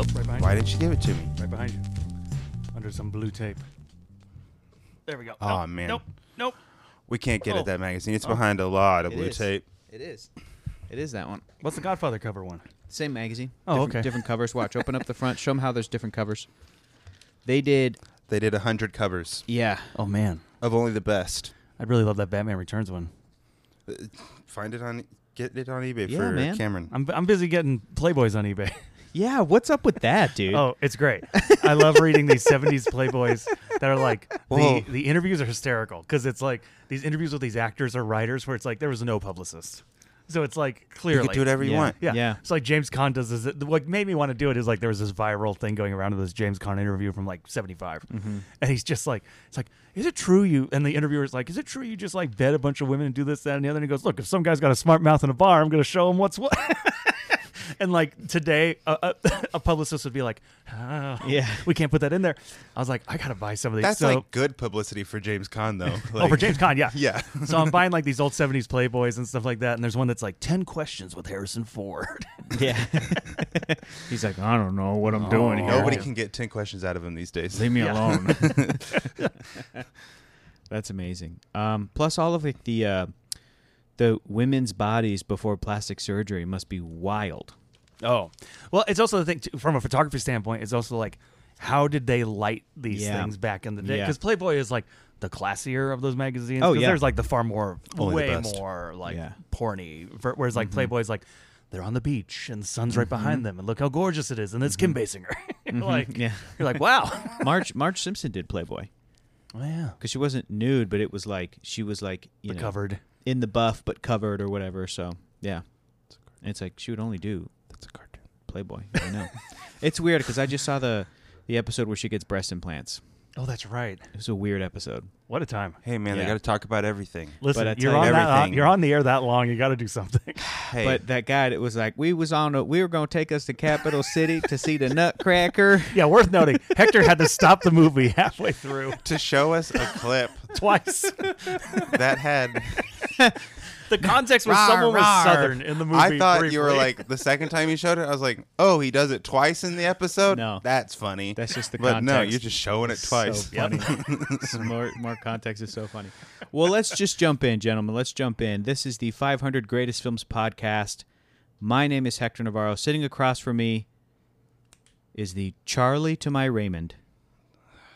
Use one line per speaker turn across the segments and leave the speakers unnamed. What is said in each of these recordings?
Oh, Right behind
Why
you.
didn't you give it to me?
Right behind you. Under some blue tape. There we go.
Aw,
Nope,
man.
Nope. Nope.
We can't get
Oh.
at that magazine. It's behind a lot of
It
blue
is.
tape.
It is. It is that one.
What's the Godfather cover one?
Same magazine.
Oh,
different,
okay.
Different covers. Watch. Open up the front. Show them how there's different covers. They did.
They did a hundred covers
Yeah.
Oh man,
of only the best.
I'd really love that Batman Returns one.
Uh, Find it on, get it on eBay
Yeah,
for
man.
Cameron.
I'm I'm busy getting Playboys on eBay.
Yeah. What's up with that, dude?
Oh, it's great. I love reading these 70s Playboys that are like,
Whoa.
the, the interviews are hysterical because it's like these interviews with these actors or writers where it's like there was no publicist. So it's like
you
clearly.
can do whatever you
Yeah.
want.
Yeah.
Yeah.
So like James Conn does this. What made me want to do it is like there was this viral thing going around of this James Conn interview from like 75.
Mm-hmm.
And he's just like, it's like, is it true you, and the interviewer's like, is it true you just like bed a bunch of women and do this, that, and the other? And he goes, look, if some guy's got a smart mouth in a bar, I'm going to show him what's what. and like today, a, a, a publicist would be like, oh,
Yeah.
we can't put that in there. I was like, I got to buy some of these.
That's
so,
like good publicity for James Conn, though.
oh, for
Like,
James Conn, yeah.
Yeah.
so I'm buying like these old 70s Playboys and stuff like that. And there's one that's like 10 questions with Harrison Ford.
Yeah. Oh. He's like, I don't know what I'm
doing here."
Nobody
Yeah.
can get 10 questions out of him these days.
Leave me
Yeah.
alone. That's amazing. Um, plus, all of like, the uh, the women's bodies before plastic surgery must be wild.
Oh, well, it's also the thing too, from a photography standpoint. It's also like, how did they light these
Yeah.
things back in the day?
Yeah.
Because Playboy is like the classier of those magazines.
Oh,
'cause
yeah.
there's like the far more,
Only the
way
best.
more like
Yeah. Mm-hmm.
porny. ver- Whereas like Playboy's like they're on the beach and the sun's right behind them and look how gorgeous it is and it's Kim
Mm-hmm.
Basinger. like
Yeah.
you're like wow.
Marge Marge Simpson did Playboy
yeah.
because she wasn't nude, but it was like she was like you
The
know
covered.
in the buff but covered or whatever. So yeah, and it's like she would only do
That's a cartoon.
Playboy. I know. it's weird because I just saw the the episode where she gets breast implants.
Oh, that's right.
It was a weird episode.
What a time.
Hey, man, they
Yeah.
got to talk about everything.
Listen,
I tell
you're
you
on, that, uh,
everything.
you're on the air that long. You got to do something.
Hey,
But that guy that was like, we was on a, we were gonna take us to Capital City to see the Nutcracker.
yeah, worth noting. Hector had to stop the movie halfway through
to show us a clip
twice.
that had.
The context was
Rawr,
someone was
rawr.
southern in the movie.
I thought you were
briefly.
like the second time you showed it. I was like, "Oh, he does it twice in the episode.
No.
that's funny.
That's just the
but no,
context.
you're just showing it twice.
So funny. more, more context is so funny. Well, let's just jump in, gentlemen. Let's jump in. This is the 500 Greatest Films podcast. My name is Hector Navarro. Sitting across from me is the Charlie to my Raymond,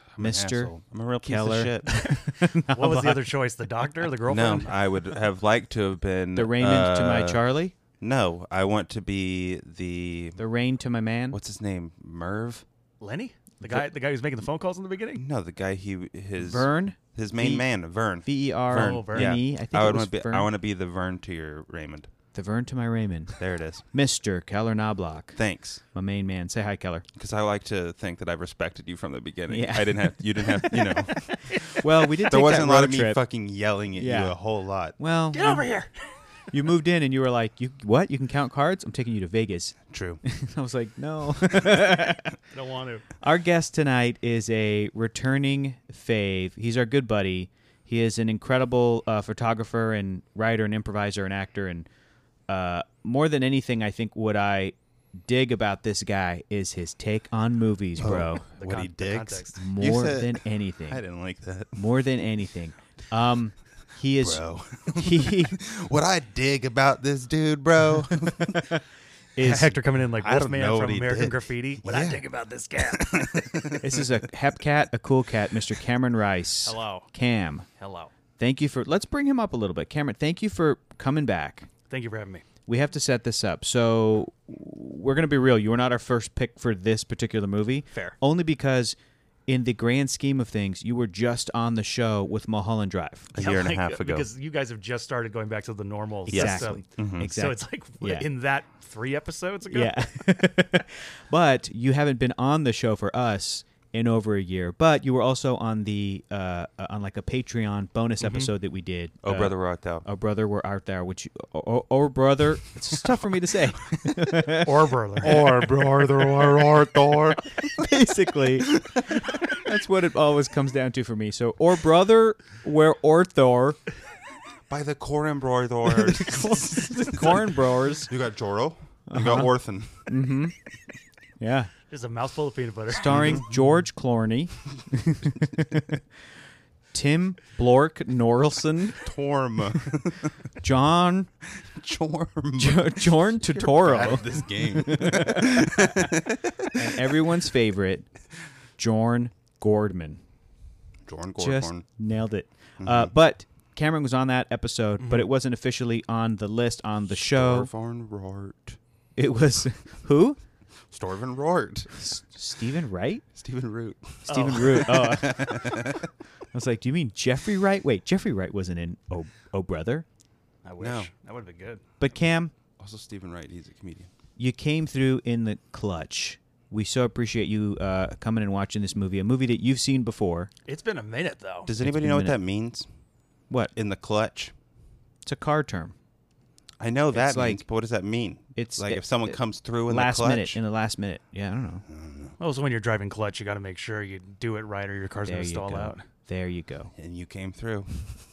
I'm an
Mister.
asshole. I'm a real piece
Keller.
of shit.
what was the other choice? The doctor, the
no,
girlfriend.
I would have liked to have been
The Raymond to my
uh,
Charlie.
No, I want to be the
The Rain to my man.
what's his name, Merv?
Lenny, the guy, the guy who's making the phone calls in the beginning.
No, the guy he his
Vern.
his main
V-
man Vern.
V E R
Vern.
Oh, Vern.
Yeah.
N E. I think
I
it
would
was
want to be.
Vern.
I want to be the Vern to your Raymond.
the Vern to my Raymond.
There it is.
Mr. Keller Knobloch,
Thanks,
my main man. Say hi, Keller.
because I like to think that I've respected you from the beginning.
Yeah.
I didn't have. You didn't have. You know.
Well, we did.
There
take
wasn't
that
a lot of
road
me
trip.
fucking yelling at
Yeah.
you a whole lot.
Well,
Get
you-
over here.
You moved in and you were like, "You what? You can count cards? I'm taking you to Vegas."
True.
I was like, "No."
I don't want to.
our guest tonight is a returning fave. He's our good buddy. He is an incredible uh, photographer and writer and improviser and actor. And uh, more than anything, I think what I dig about this guy is his take on movies, bro.
The
what
con-
he
the
digs.
context.
Oh. You
More
said-
than anything.
I didn't like that,
More than anything. Um, he is.
bro.
He
what I dig about this dude, bro.
is
Hector coming in like
I don't
Wolfman
know
from
what he
American
did.
Graffiti. What I
Yeah.
think about this cat.
This is a hep cat, a cool cat, Mr. Cameron Rice.
Hello.
Cam.
Hello.
Thank you for let's bring him up a little bit. Cameron, thank you for coming back.
Thank you for having me.
We have to set this up. So we're gonna be real. You were not our first pick for this particular movie.
Fair.
Only because in the grand scheme of things, you were just on the show with Mulholland Drive.
a
Yeah,
year and a
like,
half
uh,
ago.
Because you guys have just started going back to the normal
Exactly.
system.
Mhm.
So
Mm-hmm.
it's like
Yeah.
in that three episodes ago.
Yeah. but you haven't been on the show for us in over a year. But you were also on the uh, uh, on like a Patreon bonus episode that we did.
oh,
uh,
brother, rock thou.
Oh brother, where art thou? Which oh, oh brother, it's just tough for me to say.
Or brother.
Or brother, or or Thor.
Basically, that's what it always comes down to for me. So or brother, where orthor,
By the Corin brothers.
corn brewers.
Uh-huh. you got Joro. You got Orthan.
Yeah,
Just a mouthful of peanut butter.
starring George Clooney, Tim Blork Norelson,
Torm.
John
Chorm.
Jo- Jorn
Out
Totoro,
of this game.
and everyone's favorite, Jorn Gordman.
Jorn
Just
Gorkorn.
nailed it. Uh, but Cameron was on that episode, but it wasn't officially on the list on the show.
Storvarn Rort.
It was who?
Storvin Rort.
S- Stephen Wright?
Stephen Root.
Stephen Root. Oh. I was like, do you mean Jeffrey Wright? Wait, Jeffrey Wright wasn't in Oh, oh Brother.
I wish.
No.
That would have been good.
But Cam,
Also, Stephen Wright. He's a comedian.
you came through in the clutch. We so appreciate you uh, coming and watching this movie, a movie that you've seen before.
It's been a minute though.
Does anybody
been
know
a
what
minute.
that means?
What?
In the clutch.
It's a car term.
I know that
It's
means,
like-
but what does that mean?
It's
like
it-
if someone
it-
comes through in
last
the clutch.
minute, in the last minute. Yeah, I don't know.
Also, when you're driving clutch, you got to make sure you do it right, or your car's
There
gonna
you
stall
go.
out.
There you go.
and you came through,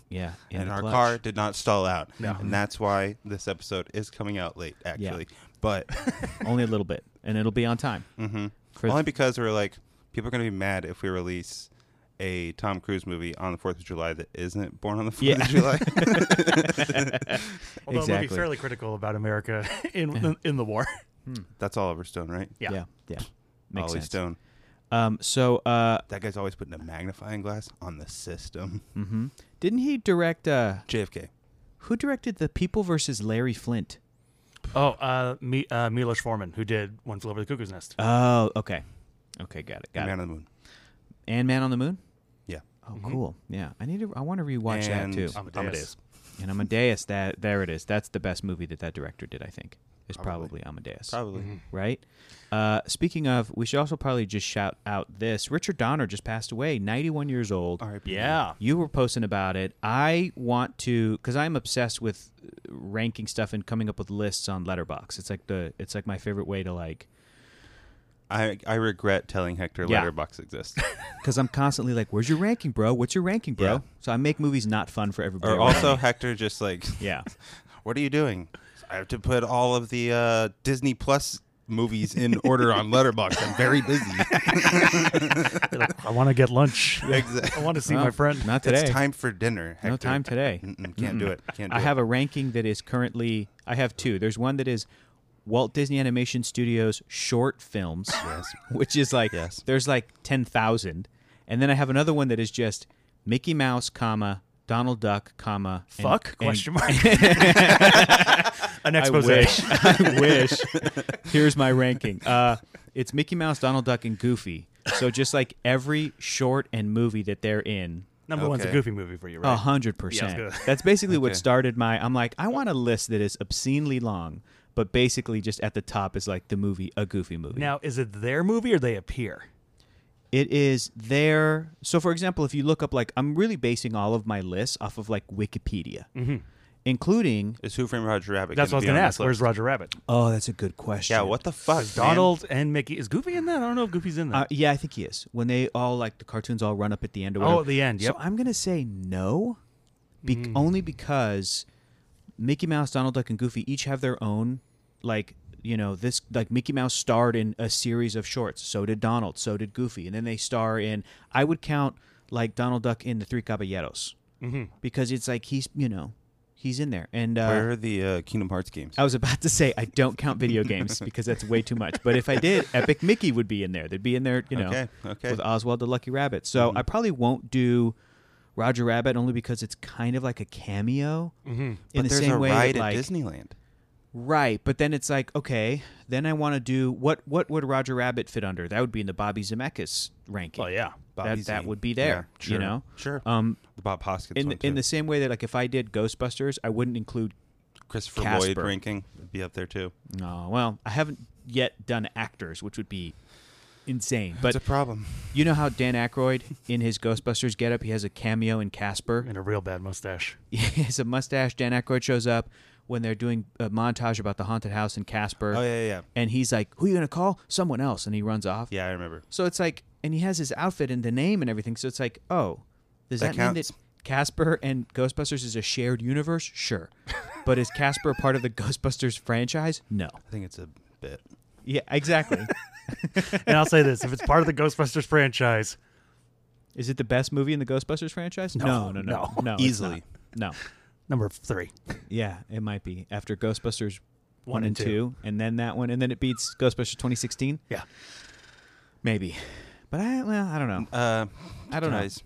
Yeah, in
and
the
our
clutch.
car did not stall out,
No.
and that's why this episode is coming out late, actually. But
only a little bit, and it'll be on time.
hmm
For-
only because we were like, people are going to be mad if we release a Tom Cruise movie on the Fourth of July that isn't born on the Fourth
Yeah.
of July.
Although it would be
Exactly.
fairly critical about America in in, the war.
that's Oliver Stone, right?
Yeah.
yeah, yeah. Makes
Ollie
sense.
Stone.
Um, so, uh,
That guy's always putting a magnifying glass on the system.
hmm didn't he direct? Uh,
JFK.
who directed the People versus Larry Flint?
Oh, uh, Mi- uh, Milos Forman, who did One Flew Over the Cuckoo's Nest.
Oh, okay, okay, got it, got
Man
it.
on the Moon.
and Man on the Moon.
Yeah.
Oh, cool. Yeah, I need to. I want to rewatch
And
that too.
Amadeus.
Amadeus.
And Amadeus. That there it is. That's the best movie that that director did. I think is probably,
Probably.
Amadeus.
Probably.
Mm-hmm.
Right. Uh, speaking of, we should also probably just shout out this. Richard Donner just passed away, 91 years old.
R.I.P.
Yeah.
You were posting about it. I want to because I'm obsessed with uh, ranking stuff and coming up with lists on Letterbox. It's like the it's like my favorite way to like
I I regret telling Hector
Yeah.
Letterbox exists.
because I'm constantly like, "Where's your ranking, bro? What's your ranking, bro?"
Yeah.
So I make movies not fun for everybody.
or
around
also
me.
Hector just like,
yeah,
what are you doing? I have to put all of the uh, Disney Plus movies in order on Letterbox. I'm very busy.
I want to get lunch. I
exactly.
want to see
Well,
my friend.
Not today.
It's time for dinner. Hector.
No time today.
Mm-mm, can't do it. Can't. Do
I
it.
have a ranking that is currently. I have two. There's one that is Walt Disney Animation Studios short films,
Yes.
which is like
Yes.
there's like ten thousand, and then I have another one that is just Mickey Mouse, comma Donald Duck, comma and-
Fuck?
and-
question mark. An
I
expose.
wish. I wish. Here's my ranking. Uh, it's Mickey Mouse, Donald Duck, and Goofy. So just like every short and movie that they're in,
Number one's a
Okay.
goofy movie for you,
a
right?
hundred
Yeah, I
percent.
was gonna-
That's basically what
Okay.
started my. I'm like, I want a list that is obscenely long, but basically just at the top is like the movie, a Goofy movie.
Now, is it their movie or they appear?
It is there. So, for example, if you look up, like, I'm really basing all of my lists off of like Wikipedia,
Mm-hmm.
including.
Is Who Framed Roger Rabbit?
That's what I was
be on
gonna
this
ask. Where's
list?
Roger Rabbit?
Oh, that's a good question.
Yeah. What the fuck, man?
Donald and Mickey. Is Goofy in that? I don't know if Goofy's in that.
Uh, yeah, I think he is. When they all like the cartoons all run up at the end. Or
Oh,
whatever.
at the end,
So
yep. Mm.
I'm gonna say no, be- only because Mickey Mouse, Donald Duck, and Goofy each have their own like you know this like Mickey Mouse starred in a series of shorts. So did Donald. So did Goofy. And then they star in. I would count like Donald Duck in the Three Caballeros
Mm-hmm.
because it's like he's you know he's in there and uh,
Where are the uh, Kingdom Hearts games?
I was about to say I don't count video games because that's way too much. But if I did, Epic Mickey would be in there. They'd be in there, you know,
Okay, okay. Mm-hmm.
with Oswald the Lucky Rabbit. So I probably won't do Roger Rabbit only because it's kind of like a cameo in
but
the
there's
same
a
way
ride
that, like
at Disneyland.
right. But then it's like okay, then I want to do what? What would Roger Rabbit fit under? That would be in the Bobby Zemeckis ranking.
oh yeah.
Bobby
that, that
Zane.
would be
Yeah,
there.
sure,
You know,
sure.
Um,
The Bob Hoskins
in
one
the, in
too.
the same way that like if I did Ghostbusters, I wouldn't include
Christopher Lloyd
Casper.
ranking would be up there too.
No, well, I haven't yet done actors, which would be insane. But
It's a problem.
you know how Dan Aykroyd in his Ghostbusters getup, he has a cameo in Casper.
And a real bad mustache.
He has a mustache. Dan Aykroyd shows up when they're doing a montage about the haunted house in Casper,
Oh yeah, yeah, yeah.
and he's like, "Who you gonna call? Someone else," and he runs off.
Yeah, I remember.
So it's like, and he has his outfit and the name and everything. So it's like, oh, does that,
That
mean
counts.
that Casper and Ghostbusters is a shared universe? Sure, but is Casper part of the Ghostbusters franchise? No.
I think it's a bit.
Yeah, exactly.
and I'll say this: if it's part of the Ghostbusters franchise,
Is it the best movie in the Ghostbusters franchise?
No,
No, no, no,
no.
no, it's
Easily.
not.
number three.
No, yeah, it might be after Ghostbusters one,
One
and
and
two.
two.
and then that one, and then it beats Ghostbusters 2016.
Yeah,
Maybe, but I well, I don't
Mm,
know.
Uh,
I don't know.
guys,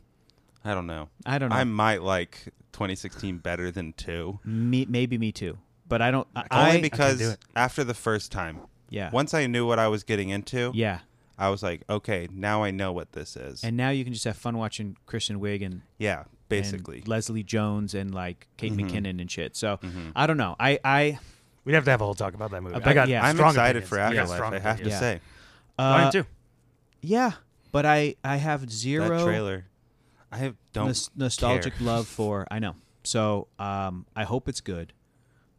I don't know.
I don't know.
I might like 2016 better than two,
Me, maybe me too, but I don't. I,
only
I-
do
because
it.
after the first time,
yeah,
once I knew what I was getting into,
yeah,
I was like, okay, now I know what this is.
and now you can just have fun watching Christian Wiig and
yeah,
and
basically.
Leslie Jones and like Kate McKinnon and shit. So I don't know. I I
we'd have to have a whole talk about that movie.
About-
I got
yeah.
I'm
strong
excited
opinions.
for
got
Afterlife.
strong
I have to
opinions. Oh,
opinions.
say
Mine
uh,
too.
yeah, but I I have
that
zero
trailer. I have don't
nos- nostalgic
care.
love for I know. So um, I hope it's good,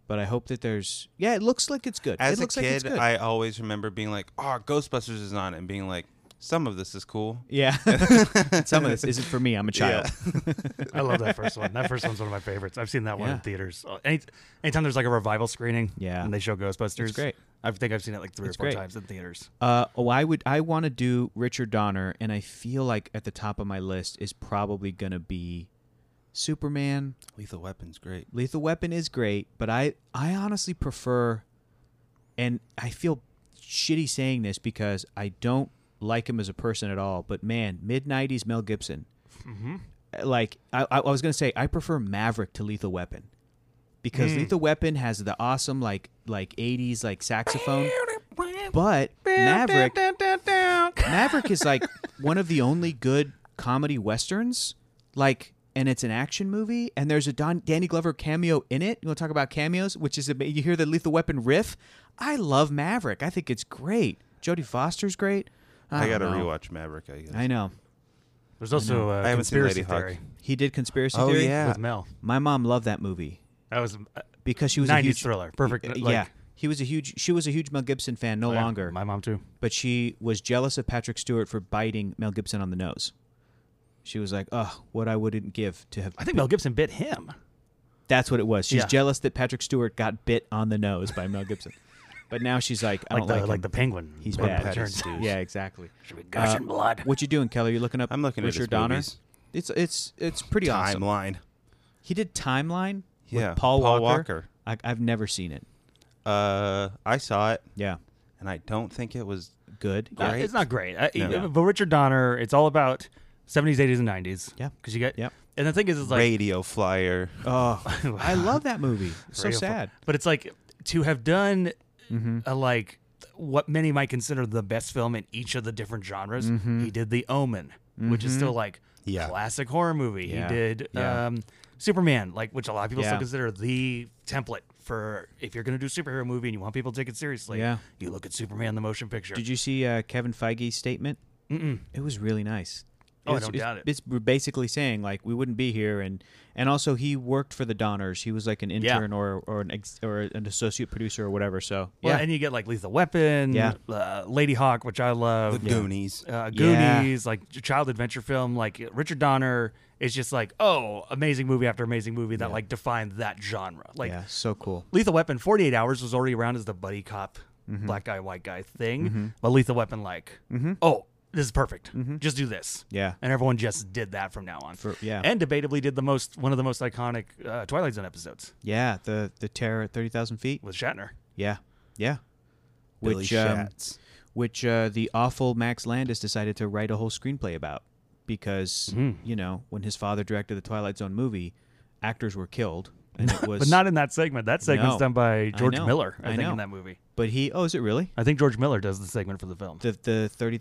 but I hope that there's yeah. It looks like it's good. it
As
looks
a
like it's
kid,
good.
I always remember being like, "Oh, Ghostbusters is on," it," and being like, "Some of this is cool."
yeah, some of this isn't for me. I'm a child.
I love that first one. That first one's one of my favorites. I've seen that one
Yeah.
in theaters. Uh, Any, anytime there's like a revival screening,
Yeah.
and they show Ghostbusters,
It's great.
I think I've seen it like three
It's
or four
great.
times in theaters.
Uh, oh, I would. I want to do Richard Donner, and I feel like at the top of my list is probably gonna be Superman.
Lethal Weapon's great.
Lethal Weapon is great, but I I honestly prefer, and I feel shitty saying this because I don't like him as a person at all. But man, mid '90s Mel Gibson, mm-hmm. like I, I I was gonna say I prefer Maverick to Lethal Weapon because Lethal Weapon has the awesome like like '80s like saxophone, but Maverick Maverick is like one of the only good comedy westerns, like, and it's an action movie, and there's a Don, Danny Glover cameo in it. You want to talk about cameos, which is ama- you hear the Lethal Weapon riff. I love Maverick. I think it's great. Jodie Foster's great.
I,
don't
gotta
know.
rewatch Maverick. I guess.
I know
There's also uh,
I haven't seen
conspiracy
Lady Hawk.
theory
he did conspiracy
Oh,
theory.
yeah.
with Mel.
my mom loved that movie
That was uh,
because she was a
90s
huge
thriller. Perfect,
Uh,
like- Oh,
yeah, he was a huge. She was a huge Mel Gibson fan. No longer,
My mom too.
but she was jealous of Patrick Stewart for biting Mel Gibson on the nose. She was like, "Oh, what I wouldn't give to have."
I think Mel Gibson bit him.
That's what it was. She's
Yeah.
jealous that Patrick Stewart got bit on the nose by Mel Gibson, but now she's like, "I
Like
don't
the
like,
like,
him.
the penguin.
He's
from
bad."
Return to-
Yeah, exactly.
Should be gushing
Uh,
blood.
What you doing, Kelly? You looking up?
I'm looking at his
Richard Donner.
movies.
It's it's it's pretty awesome.
Timeline.
He did Timeline with
Yeah,
Paul,
Paul
Walker.
Walker.
I, I've never seen it.
Uh, I saw it,
Yeah,
and I don't think it was.
good.
Uh,
Great.
It's not great. I,
No.
But Richard Donner, it's all about 70s, 80s, and 90s.
Yeah.
Because you get.
Yep.
And the thing is, it's like
Radio Flyer.
Oh, I love that movie. It's so
Radio Fl-
sad. Mm-hmm.
But it's like to have done a, like what many might consider the best film in each of the different genres.
Mm-hmm.
He did The Omen, which is still like
Yeah.
classic horror movie.
Yeah.
He did
Yeah.
um, Superman, like which a lot of people
Yeah.
still consider the template for if you're going to do a superhero movie and you want people to take it seriously.
Yeah.
You look at Superman the motion picture.
Did you see uh, Kevin Feige's statement?
Mm-mm.
It was really nice.
Oh, I
It's-
don't
it's-
doubt it.
It's basically saying like we wouldn't be here, and and also he worked for the Donners. He was like an
Yeah.
intern or or an ex, or an associate producer or whatever. So
Well,
yeah,
and you get like Lethal Weapon,
Yeah.
uh, Lady Hawk, which I
The
love,
Goonies.
uh,
Yeah.
Goonies, like j- child adventure film, like Richard Donner is just like, oh, amazing movie after amazing movie that like defined that genre. Like
yeah, so cool.
Lethal Weapon, 48 Hours was already around as the buddy cop,
Mm-hmm.
black guy, white guy thing, but Lethal Weapon, like, oh, this is perfect. Just do this.
Mm-hmm. Yeah.
And everyone just did that from now on.
For- yeah.
And debatably did the most, one of the most iconic uh, Twilight Zone episodes
Yeah, the the terror at thirty thousand feet.
with Shatner.
Yeah, yeah.
Billy
Which um,
Schatz.
which uh, the awful Max Landis decided to write a whole screenplay about because
Mm-hmm.
you know when his father directed the Twilight Zone movie, actors were killed, and it was
But not in that segment. That segment's
No.
done by
I
George
know.
Miller, I,
I
think,
know.
in that movie.
But he oh, is it really?
I think George Miller does the segment for the film.
the the thirty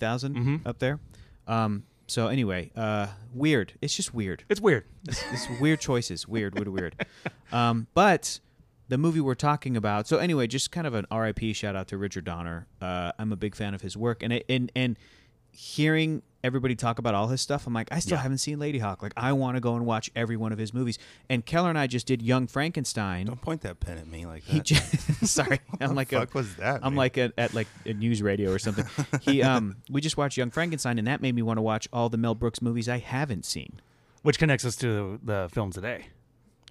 up there. Um, so anyway, uh, weird. It's just weird.
It's weird.
It's, it's weird choices. Weird, weird, weird. Um, but the movie we're talking about. So anyway, just kind of an R.I.P. shout out to Richard Donner. Uh, I'm a big fan of his work, and it, and and hearing everybody talk about all his stuff, I'm like, I still haven't seen Lady Hawk. Like, I want to go and watch every one of his movies. And Keller and I just did Young
Oh,
Frankenstein.
Don't point that pen at me like
He
that.
j- sorry, I'm like
fuck
a,
was that,
I'm
man?
like a, at like a news radio or something. He um, we just watched Young Frankenstein, and that made me want to watch all the Mel Brooks movies I haven't seen.
Which connects us to the film today.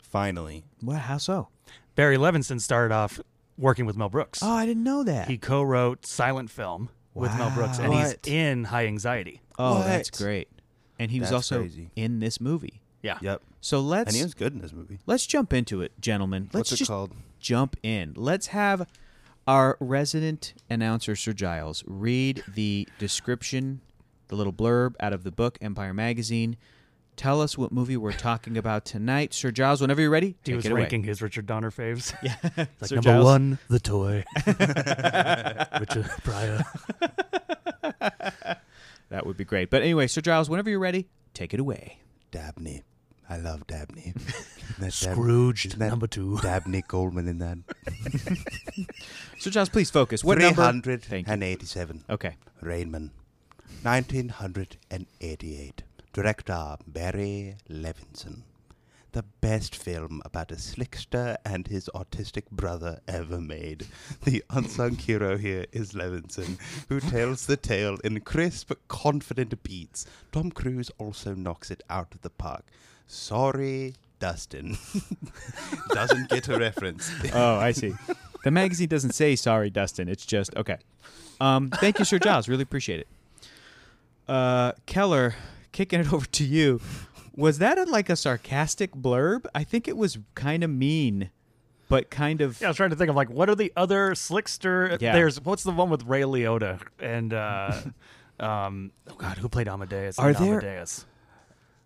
Finally,
What? How so?
Barry Levinson started off working with Mel Brooks.
Oh, I didn't know that.
He co-wrote Silent Film with Mel Brooks, and
What?
he's in High Anxiety.
oh,
What?
that's great. And he was
That's
also
crazy.
in this movie.
Yeah.
Yep.
So let's
And he was good in this movie.
let's jump into it, gentlemen. Let's
What's it
just
called?
jump in. Let's have our resident announcer Sir Giles read the description, the little blurb out of the book Empire magazine. Tell us what movie we're talking about tonight, Sir Giles. Whenever you're ready,
He
take
was
it away.
ranking his Richard Donner faves. Yeah. like
Sir
number
Giles.
one, The Toy. Richard Pryor.
That would be great. But anyway, Sir Giles, whenever you're ready, take it away.
Dabney. I love Dabney. Isn't that Dab-
Scrooged,
isn't that
number two.
Dabney Coleman in that.
Sir Giles, please focus. What number? Thank you.
387.
Okay.
Raymond. 1988. Director Barry Levinson. The best film about a slickster and his autistic brother ever made. The unsung hero here is Levinson, who tells the tale in crisp, confident beats. Tom Cruise also knocks it out of the park. Sorry, Dustin. Doesn't get a reference.
Oh, I see. the magazine doesn't say sorry, Dustin. It's just okay. Um, thank you, Sir Giles. Really appreciate it. Uh, Keller, kicking it over to you. Was that a, like a sarcastic blurb? I think it was kind of mean, but kind of
Yeah, I was trying to think of like what are the other slickster?
Yeah.
There's what's the one with Ray Liotta and uh, um, oh god, who played Amadeus?
Are
Not
there-
Amadeus?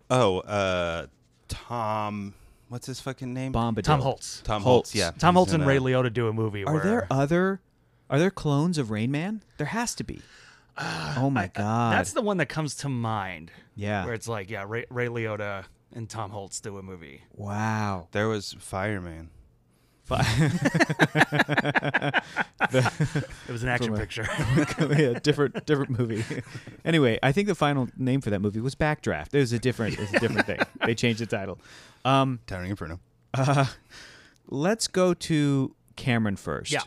Oh, uh, Tom. What's his fucking name?
bombadil.
Tom Holtz.
Tom
Holtz.
Holtz. Yeah.
Tom
He's
Holtz
in
and
a-
Ray Liotta do a movie.
Are
where,
there other? Are there clones of Rain Man? There has to be. oh my god.
Uh, That's the one that comes to mind.
Yeah.
where it's like yeah, Ray, Ray Liotta and Tom Holtz do a movie.
wow.
There was Fireman.
It was an action
a-
picture.
yeah, different different movie. anyway, I think the final name for that movie was Backdraft. It was a different it's a different thing. They changed the title. Um,
Towering Inferno.
let's go to Cameron first.
Yeah.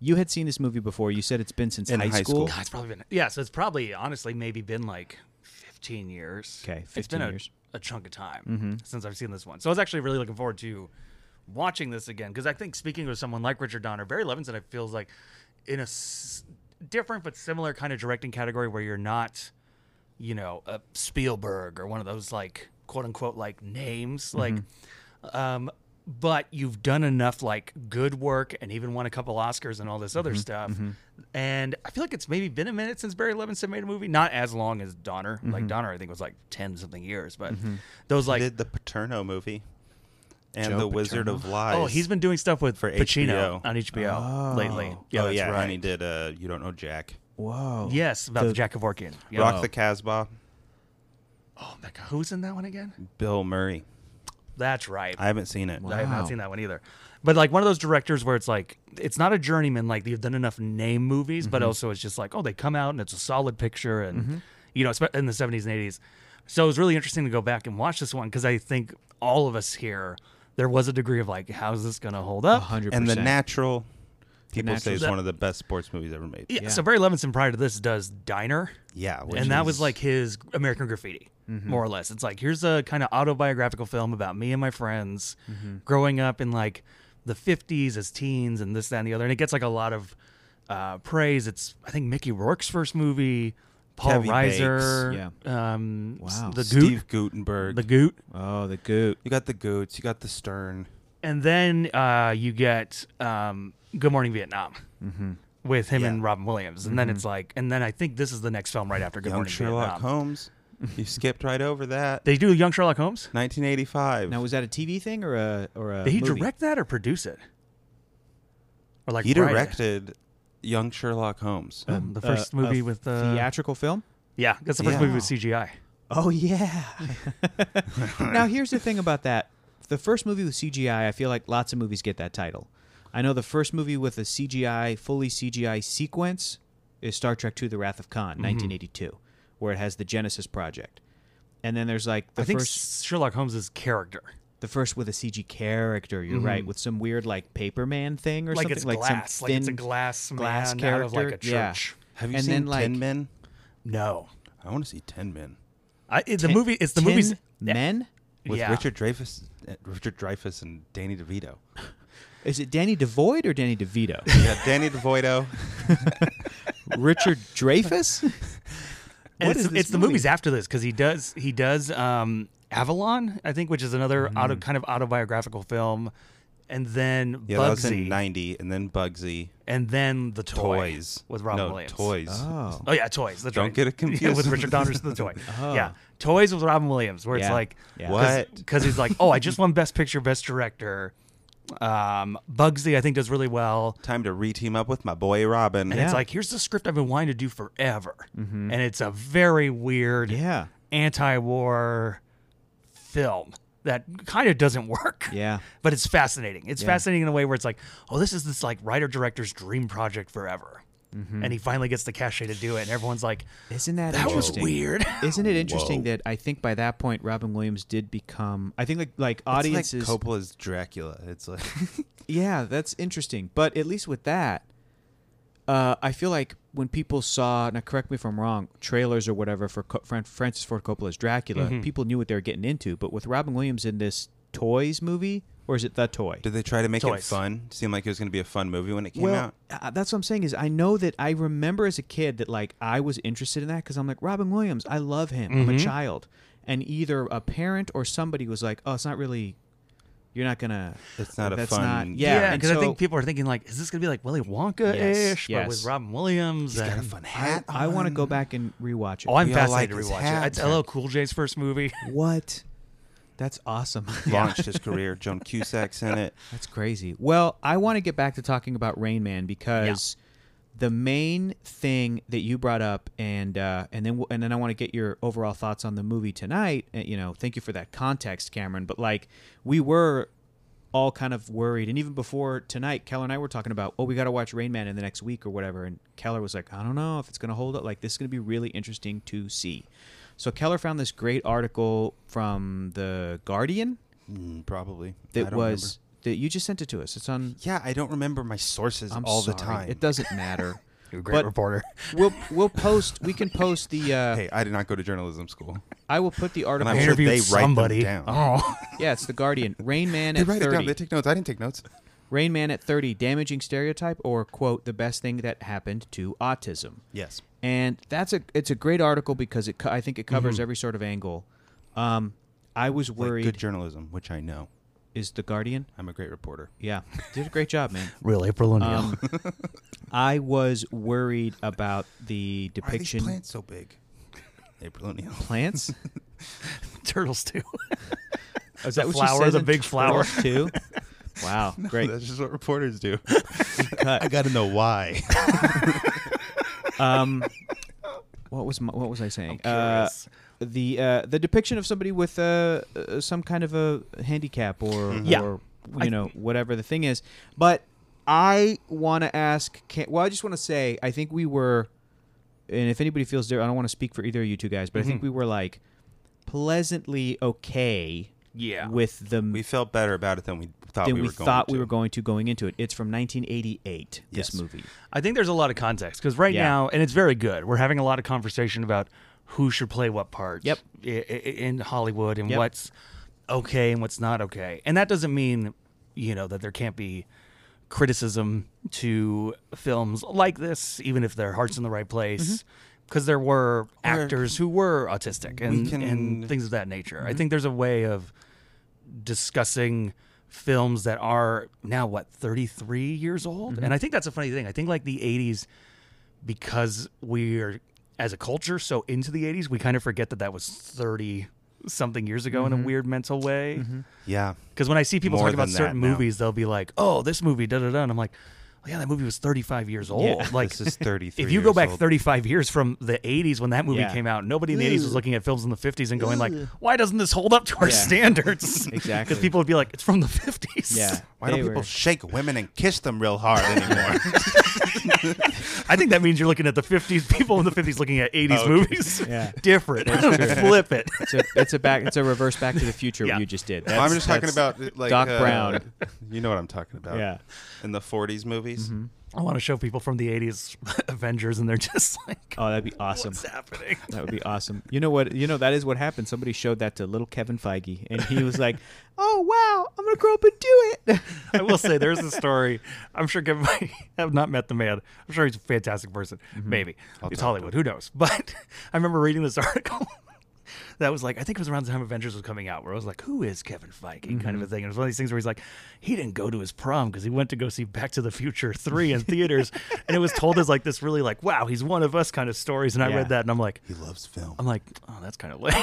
You had seen this movie before. You said it's been since
In
high,
high
school.
God, it's probably been yeah. So it's probably honestly maybe been like fifteen years.
Okay,
it's
15
been a,
years. Mm-hmm.
a chunk of time since I've seen this one. So I was actually really looking forward to watching this again because I think speaking with someone like Richard Donner, Barry Levinson, it feels like in a s- different but similar kind of directing category where you're not, you know, a Spielberg or one of those like quote unquote like
Mm-hmm.
names like. Um, but you've done enough like good work and even won a couple Oscars and all this
Mm-hmm.
other stuff. And I feel like it's maybe been a minute since Barry Levinson made a movie, not as long as Donner. Like Donner, I think was like ten something years, but those like
Mm-hmm. did the Paterno movie and
Joe
the Wizard of Lies.
oh, he's been doing stuff with
For
Pacino
HBO.
on HBO lately.
Yeah,
Yeah,
oh,
that's
yeah,
right.
and he did uh, You Don't Know Jack.
Whoa.
Yes, about the, Jack of Yeah.
Rock the Casbah.
Oh my god, who's in that one again?
Bill Murray.
That's right.
I haven't seen it.
I have
Wow.
not seen that one either. But like one of those directors where it's like it's not a journeyman. Like you've done enough name movies, but also it's just like oh they come out and it's a solid picture, and you know espe- in the seventies and eighties. So it was really interesting to go back and watch this one because I think all of us here there was a degree of like how's this gonna hold up?
hundred
And
percent.
The Natural. People say
Natural.
it's one of the best sports movies ever made.
Yeah,
Yeah.
So Barry Levinson prior to this does Diner,
Yeah, which
and that
is- Mm-hmm.
was like his American Graffiti, more or less. It's like here's a kind of autobiographical film about me and my friends
Mm-hmm.
growing up in like the '50s as teens and this, that, and the other. And it gets like a lot of uh, praise. It's I think Mickey Rourke's first movie, Paul
Kevin
Reiser,
Bakes,
um, s-
Wow.
the Goot,
Steve Gutenberg.
the Goot,
oh, the goot.
you got the Goots. You got the Stern.
and then uh, you get um, Good Morning Vietnam. Mm-hmm. With him and
Yeah. Mm-hmm.
Robin Williams, and then it's like, and then I think this is the next film right after Good
Young
Morning
Sherlock
Vietnam.
Holmes. you skipped right over that.
They do Young Sherlock Holmes.
1985.
Now was that a TV thing or a or a
Did he
uh, movie?
direct that or produce it? Or like
he
write it?
directed Young Sherlock Holmes.
Oh, the first
A-
movie
a
with uh,
theatrical film?
Yeah, that's the first
Yeah.
movie with CGI.
Oh yeah. now here's the thing about that. The first movie with CGI, I feel like lots of movies get that title. I know the first movie with a CGI, fully CGI sequence is Star Trek II The Wrath of Khan,
Mm-hmm.
1982, where it has the Genesis project. And then there's like the
I think
first
Sherlock Holmes' character.
the first with a CG character, you're right, with some weird like Paperman thing or
Mm-hmm. Like
something
it's
like
glass,
some
like
thin
it's a glass
glass
man out
character
of, like, a
Yeah.
church.
Have you
and
seen
then, like,
Tin Men?
No,
I want to see Ten Men
I, it, the
Tin-
movie. It's the
Tin
movies.
Men?
with eh,
Yeah.
Richard Dreyfuss, Richard Dreyfuss and Danny DeVito.
Is it Danny DeVoid or Danny DeVito?
Yeah, Danny DeVoito.
Richard Dreyfus?
And
What
it's,
is this
it's the
movie?
movies after this because he does he does um, Avalon, I think, which is another auto, kind of autobiographical film, and then
Yeah, that was in
Bugsy,
'90, and then Bugsy
and then the toy
Toys
with Robin
no,
Williams.
Toys.
Oh.
Oh yeah, toys. That's
Don't
right.
get it
yeah,
confused.
with Richard Donners the toy.
Oh.
Yeah, toys with Robin Williams, where it's
Yeah.
like
Yeah.
What?
because he's like, oh, I just won Best Picture, Best Director. Um, Bugsy, I think, does really well.
Time to re-team up with my boy
And
Robin.
it's
Yeah. Mm-hmm.
like, here's the script I've been wanting to do forever. And it's a very weird
Yeah.
anti war film that kind of doesn't work.
Yeah.
But it's fascinating. It's
Yeah.
fascinating in a way where it's like, oh, this is this like writer director's dream project forever.
Mm-hmm.
And he finally gets the cachet to do it. And everyone's like,
Isn't that,
that was
interesting?
weird.
Isn't it interesting
Whoa.
that I think by that point Robin Williams did become I think like like audiences
It's like Coppola's Dracula. It's like
Yeah, that's interesting. But at least with that, uh, I feel like when people saw now correct me if I'm wrong trailers or whatever for Co- Fran- Francis Ford Coppola's Dracula, people knew what they were getting into. But with Robin Williams in this Toys movie, or is it the Toy?
Did they try to make it
Toys.
fun? Seemed like it was going to be a fun movie when it came
well,
out.
uh, that's what I'm saying is I know that I remember as a kid that like I was interested in that because I'm like Robin Williams, I love him. I'm a
Mm-hmm.
child, and either a parent or somebody was like, "Oh, it's not really, you're not gonna,
It's not a
uh, that's
fun-
not, yeah." and
Because I think
so-
people are thinking, like, is this going to be like Willy Wonka ish?
Yes,
But with
yes.
Robin Williams. and-
hat.
I want to go back and rewatch it.
Oh, I'm
We Um, all
fascinated
like
to
his
rewatch
hat.
it. It's LL Cool J's first movie.
What? That's awesome.
Launched his career. Joan Cusack's in it.
That's crazy. Well, I want to get back to talking about Rain Man because the main thing that you brought up, and uh, and then and then I want to get your overall thoughts on the movie tonight. And, you know, thank you for that context, Cameron. But like, we were all kind of worried, and even before tonight, Keller and I were talking about, oh, we got to watch Rain Man in the next week or whatever. And Keller was like, I don't know if it's going to hold up. Like, this is going to be really interesting to see. So Keller found this great article from the Guardian
Mm, probably. I
that
don't
was that you just sent it to us. It's on
remember. Yeah, I don't remember my sources
I'm
all the
sorry.
time.
It doesn't matter.
You're a great
But-
reporter.
we'll we'll post. We can post the. Uh,
Hey, I did not go to journalism school.
I will put the article.
I'm sure
interviewed
they write them
somebody.
down.
Oh,
Yeah, it's the Guardian. Rain Man
They
at
write it down.
thirty.
They take notes. I didn't take notes.
Rain Man at thirty. Damaging stereotype or quote the best thing that happened to autism.
Yes.
and that's a it's a great article because it co- I think it covers every sort of angle. Um, I was
Mm-hmm. Like
worried.
good journalism, which I know.
is the Guardian?
I'm a great reporter.
Yeah, did a great job, man.
real April O'Neil.
Um, I was worried about the
Why are these
depiction.
plants so big? April O'Neil.
plants?
Turtles too.
Is
The flower, the big flower.
too. Wow, great.
That's just what reporters do.
Cut.
I got to know why.
Um, what was my, what was I saying? Uh,
curious.
the uh, the depiction of somebody with uh, uh, some kind of a handicap or
Yeah.
or you
I-
know whatever the thing is. But I want to ask. Can, well, I just want to say I think we were, and if anybody feels different, I don't want to speak for either of you two guys, but I
Mm-hmm.
think we were like pleasantly okay.
Yeah.
With the
We felt better about it than we thought
than
we
we,
were going
thought
to.
we were going to going into it. It's from 1988.
Yes.
This movie.
I think there's a lot of context because right
Yeah.
now, and it's very good. We're having a lot of conversation about who should play what part.
Yep.
i- i- In Hollywood and
Yep.
what's okay and what's not okay, and that doesn't mean you know that there can't be criticism to films like this, even if their heart's in the right place.
Mm-hmm.
Because there were actors who were autistic and,
can-
and things of that nature. I think there's a way of discussing films that are now what 33 years old and i think that's a funny thing i think like the 80s because we're as a culture so into the 80s we kind of forget that that was 30 something years ago in a weird mental way because
Yeah.
when i see people
More
talk about
than
certain
that now.
movies they'll be like oh this movie da da da and i'm like oh, yeah that movie was 35 years old like
this is 33.
if you go
years
back
old.
35 years from the 80s when that movie
Yeah.
came out, nobody in the 80s was looking at films in the 50s and going like, "Why doesn't this hold up to our
Yeah.
standards?"
Exactly.
Because people would be like, "It's from the 50s."
Yeah.
Why don't
They
people
were-
shake women and kiss them real hard anymore?
I think that means you're looking at the 50s people in the 50s looking at 80s
Oh, Okay.
movies.
Yeah.
Different. Flip it.
It's a, it's a back. It's a reverse Back to the Future.
Yeah.
You just did.
I'm just talking
that's
about like
Doc
uh,
Brown.
You know what I'm talking about?
Yeah. Mm-hmm.
In the 40s movies,
I want to show people from the 80s Avengers, and they're just like,
Oh, that'd be awesome.
what's happening?
That would be awesome. You know what? You know that is what happened. Somebody showed that to little Kevin Feige, and he was like, "Oh wow, I'm gonna grow up and do it."
I will say there's a story. I'm sure Kevin Feige, I've not met the man. I'm sure he's a fantastic person. Maybe. it's Hollywood. Who knows? But I remember reading this article that was like, I think it was around the time Avengers was coming out, where I was like, who is Kevin Feige? kind of a thing. And it was one of these things where he's like, he didn't go to his prom because he went to go see Back to the Future 3 in theaters. and it was told as like this really like, wow, he's one of us kind of stories. And I
Yeah.
read that and I'm like,
He loves film.
I'm like, oh, that's kind of lame.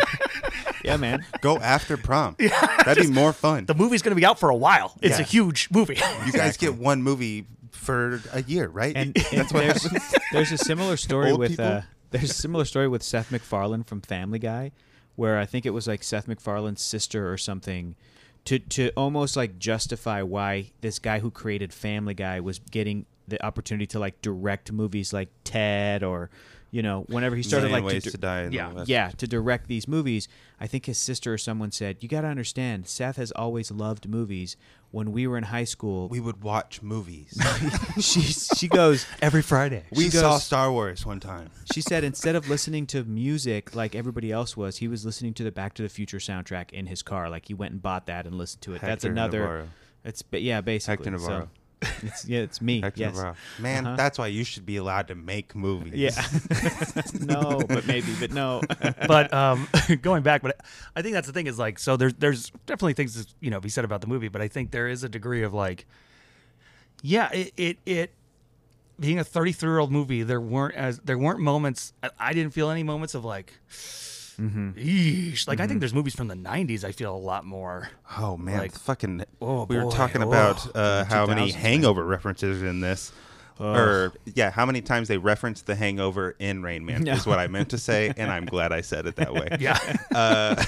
yeah, man.
Go after prom. That'd be more fun.
the movie's going to be out for a while. It's a
Yeah.
huge movie.
you guys get one movie for a year, right?
And,
You-
and
that's what
there's,
happens.
there's a similar story
Old
with
people?
uh, there's a similar story with Seth MacFarlane from Family Guy, where I think it was like Seth MacFarlane's sister or something, to to almost like justify why this guy who created Family Guy was getting the opportunity to like direct movies like Ted or, you know, whenever he started
Million
like
ways
di-
to die. and
yeah,
all that.
yeah to direct these movies i think his sister or someone said you got to understand seth has always loved movies when we were in high school
We would watch movies.
she, she goes
Every Friday.
we
goes-
saw Star Wars one time.
she said instead of listening to music like everybody else was he was listening to the back to the future soundtrack in his car like he went and bought that and listened to it that's
Hector
another
Navarro.
it's ba- yeah basically
Hector
so
Navarro.
it's yeah it's me
Hector
yes
Navarro. Man,
Uh-huh.
that's why you should be allowed to make movies.
yeah no but maybe but no
but um, going back, but I think that's the thing is like, so there's there's definitely things that, you know be said about the movie, but I think there is a degree of like, yeah, it it, it being a 33 year old movie, there weren't as there weren't moments. I, I didn't feel any moments of like, "Eesh." like I think there's movies from the 90s. I feel a lot more.
Oh man,
Like,
fucking.
oh,
we
boy,
were talking
oh,
about uh, how many
2000s, man.
Hangover references in this, or yeah, how many times they referenced the Hangover in Rain Man
No.
is what I meant to say, and I'm glad I said it that way.
Yeah,
Uh,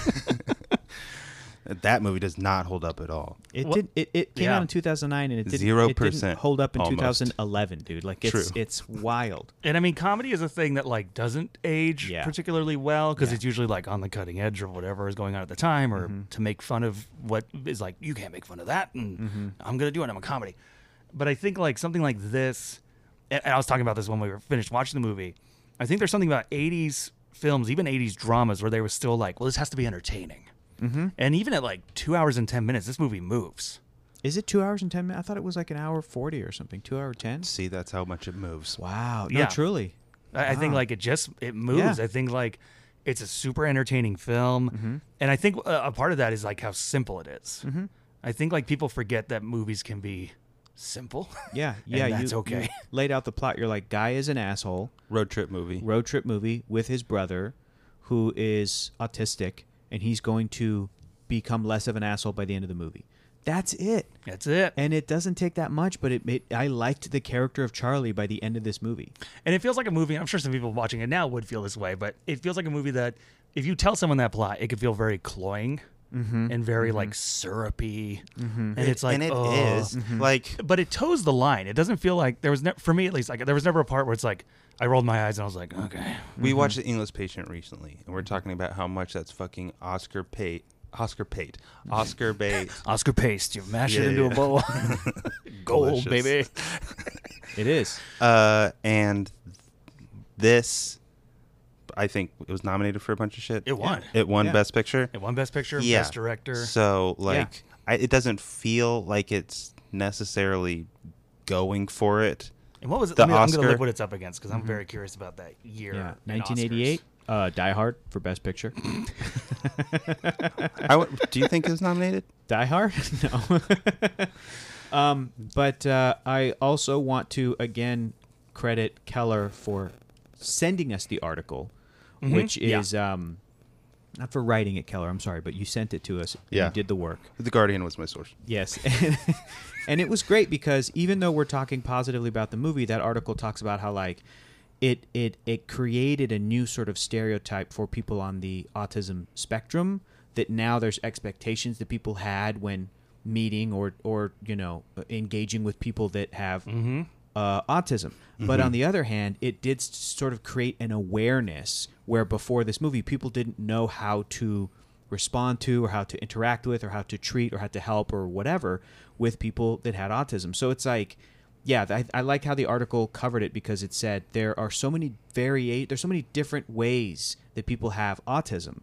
that movie does not hold up at all.
It
What-
did. It, it came
Yeah.
out in 2009, and it didn't,
Zero
it didn't
percent,
hold up in
almost.
2011, dude. Like it's
True.
it's wild.
and I mean comedy is a thing that like doesn't age
Yeah.
particularly well because it's usually like on the cutting edge of whatever is going on at the time, or to make fun of what is like you can't make fun of that, and I'm gonna do it. I'm a comedy, but I think like something like this, and and I was talking about this when we were finished watching the movie. I think there's something about '80s films, even '80s dramas, where they were still like, well, this has to be entertaining, and even at like two hours and ten minutes, this movie moves.
Is it two hours and ten minutes? I thought it was like an hour forty or something. Two hour ten.
See, that's how much it moves.
Wow. No,
Yeah.
truly.
I, I
Ah.
think
Wow.
like it just it moves.
Yeah.
I think like it's a super entertaining film,
Mm-hmm.
and I think uh, a part of that is like how simple it is. I think like people forget that movies can be simple.
Yeah. Yeah.
that's
you,
okay.
You laid out the plot. You're like, guy is an asshole.
Road trip movie.
Road trip movie with his brother, who is autistic, and he's going to become less of an asshole by the end of the movie. That's it.
That's it. And,
And it doesn't take that much, but it, it I liked the character of Charlie by the end of this movie.
it feels like a movie. I'm sure some people watching it now would feel this way, but it feels like a movie that if you tell someone that plot, it could feel very cloying and very like syrupy, and it's like
and Mm-hmm. it is
"Ugh." Mm-hmm.
like
but it toes the line. It doesn't feel like there was ne- for me at least like there was never a part where it's like I rolled my eyes and I was like okay.
We watched The English Patient recently, and we're talking about how much that's fucking Oscar Pate, Oscar Pate, Oscar Bate.
Oscar paste. You mash it
Yeah,
into a
yeah.
bowl. Gold,
Delicious.
baby.
It is.
Uh, and this, I think, it was nominated for a bunch of shit.
It won.
It won
Yeah.
Best Picture.
It won Best Picture,
Yeah.
Best Director.
So like, I, it doesn't feel like it's necessarily going for it.
and what was it?
the
Let me, I'm going to
Oscar-
look what it's up against because I'm very curious about that year.
Yeah,
in
1988.
Oscars.
Uh, Die Hard for Best Picture.
I w- do you think it was nominated?
Die Hard? no. um, but uh, I also want to again credit Keller for sending us the article, which
Yeah.
is um, not for writing it, Keller. I'm sorry, but you sent it to us. and
Yeah.
You did the work.
The Guardian was my source.
Yes. and it was great because even though we're talking positively about the movie, that article talks about how like it it it created a new sort of stereotype for people on the autism spectrum that now there's expectations that people had when meeting or or you know engaging with people that have uh, autism. But on the other hand, it did s- sort of create an awareness where before this movie, people didn't know how to respond to or how to interact with or how to treat or how to help or whatever with people that had autism. So it's like yeah, th- I, I like how the article covered it because it said there are so many variate, there's so many different ways that people have autism,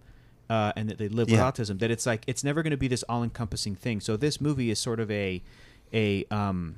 uh, and that they live
Yeah.
with autism. That it's like it's never going to be this all-encompassing thing. So this movie is sort of a, a, um,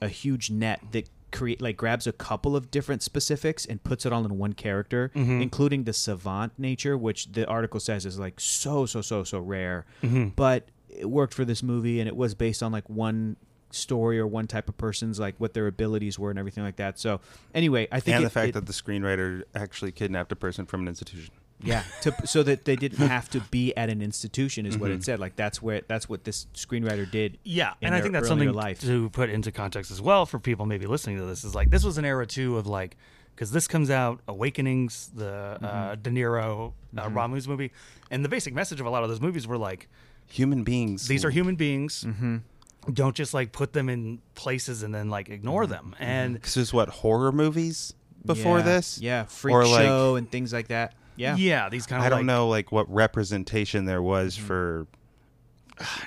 a huge net that create like grabs a couple of different specifics and puts it all in one character,
Mm-hmm.
including the savant nature, which the article says is like so so so so rare,
Mm-hmm.
but it worked for this movie and it was based on like one story or one type of person's like what their abilities were and everything like that. So anyway, I think
and
it-
the fact
it-
that the screenwriter actually kidnapped a person from an institution.
yeah, to, so that they didn't have to be at an institution is
Mm-hmm.
what it said. Like that's where that's what this screenwriter did.
Yeah,
in
and I
their
think that's
earlier
something
life.
to put into context as well for people maybe listening to this. Is like this was an era too of like because this comes out Awakenings, the uh, De Niro uh, Ramu's movie, and the basic message of a lot of those movies were like
Human beings.
these are human beings. Don't just like put them in places and then like ignore them. And
This is what horror movies before
Yeah,
this.
yeah, freak
or like
show and things like that. Yeah,
yeah, these kind of
I don't
like, Mm-hmm.
know like what representation there was for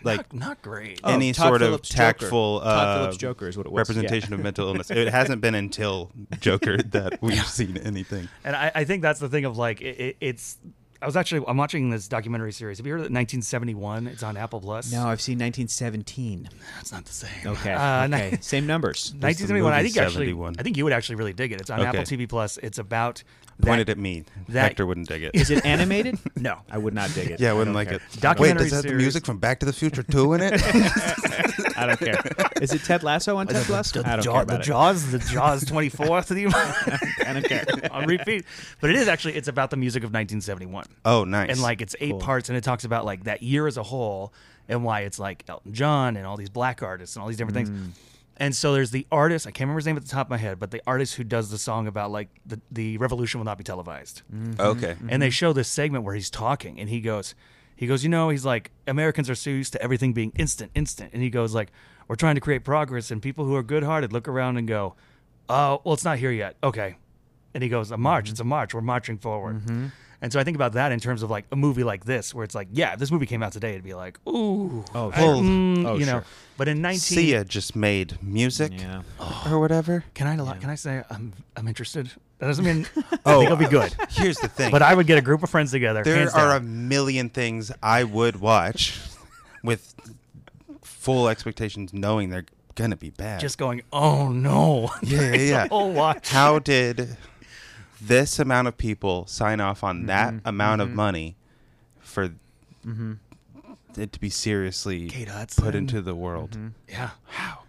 like
not, not great.
Oh,
any
Todd
sort
Phillips'
of
Joker.
tactful
Todd
uh,
Phillips' Joker is what it was, yeah.
representation of mental illness. It hasn't been until Joker that we've seen anything.
And I, I think that's the thing of like it, it, it's. I was actually I'm watching this documentary series. Have you heard of it? 1971? It's on Apple Plus.
No, I've seen 1917.
that's not the same.
Okay,
Uh, ni-
okay, same numbers.
That's the
1971. I
movie
think actually,
71.
I think you would actually really dig it. It's on
Okay.
Apple TV Plus. It's about
Pointed
that
at me.
that-
Hector wouldn't dig it.
Is it animated?
No.
I would not dig it.
yeah, I
I
wouldn't
don't
like
care.
it.
documentary
Wait, does that have the
series.
music from Back to the Future 2 in it?
I don't care. Is it Ted Lasso on Ted Lasso? I don't
Jaw-
care
the
about it.
Jaws, the Jaws 24th of the
I don't care.
on repeat. But it is actually it's about the music of 1971.
Oh, nice.
and like it's eight
Cool.
parts and it talks about like that year as a whole and why it's like elton john and all these black artists and all these different things and so there's the artist i can't remember his name at the top of my head but the artist who does the song about like the, the revolution will not be televised
okay.
mm,
and
Mm-hmm.
they show this segment where he's talking and he goes he goes you know he's like americans are so used to everything being instant instant and he goes like we're trying to create progress and people who are good-hearted look around and go oh well it's not here yet okay and he goes a march
Mm-hmm.
it's a march we're marching forward and so i think about that in terms of like a movie like this where it's like yeah if this movie came out today it'd be like ooh
Oh,
I-
sure.
mm,
Oh,
you know
sure.
but in 19
Sia just made music
Yeah.
or whatever.
can i li- can i say i'm i'm interested that doesn't mean i
Oh,
think it'll be good
Here's the thing.
but i would get a group of friends together
there
hands
are a
down.
million things I would watch with full expectations, knowing they're gonna be bad.
just going oh no
yeah, yeah, yeah.
Oh, watch.
How did this amount of people sign off
Mm-hmm.
on that amount of money for it to be seriously
Mm-hmm. Kate Hudson. Mm-hmm.
put into the world?
Yeah. Wow.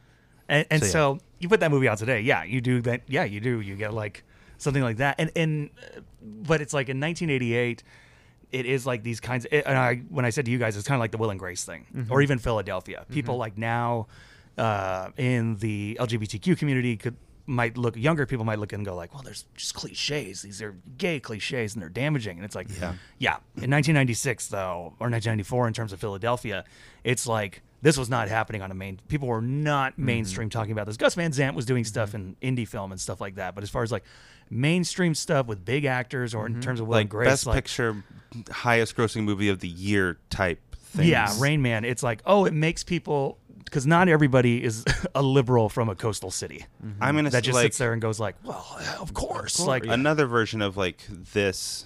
And, and so,
So, yeah.
you put that movie out today. Yeah, you do that. Yeah, you do. You get like something like that. And and uh, but it's like in 1988, it is like these kinds. and I when I said to you guys, it's kind of like the Will and Grace thing,
Mm-hmm.
or even Philadelphia. People like now uh, in the LGBTQ community could might look younger people might look and go like well there's just cliches these are gay cliches and they're damaging and it's like yeah yeah in 1996 though or 1994 in terms of philadelphia it's like this was not happening on a main people were not
Mm-hmm.
mainstream talking about this gus van zant was doing stuff in indie film and stuff like that but as far as like mainstream stuff with big actors or in terms of Will
Mm-hmm. Like
and grace
best
like
picture, highest grossing movie of the year type thing.
yeah rain man it's like oh it makes people because not everybody is a liberal from a coastal city
I'm gonna
that just
Mm-hmm. like,
sits there and goes like well of course, like
another version of like this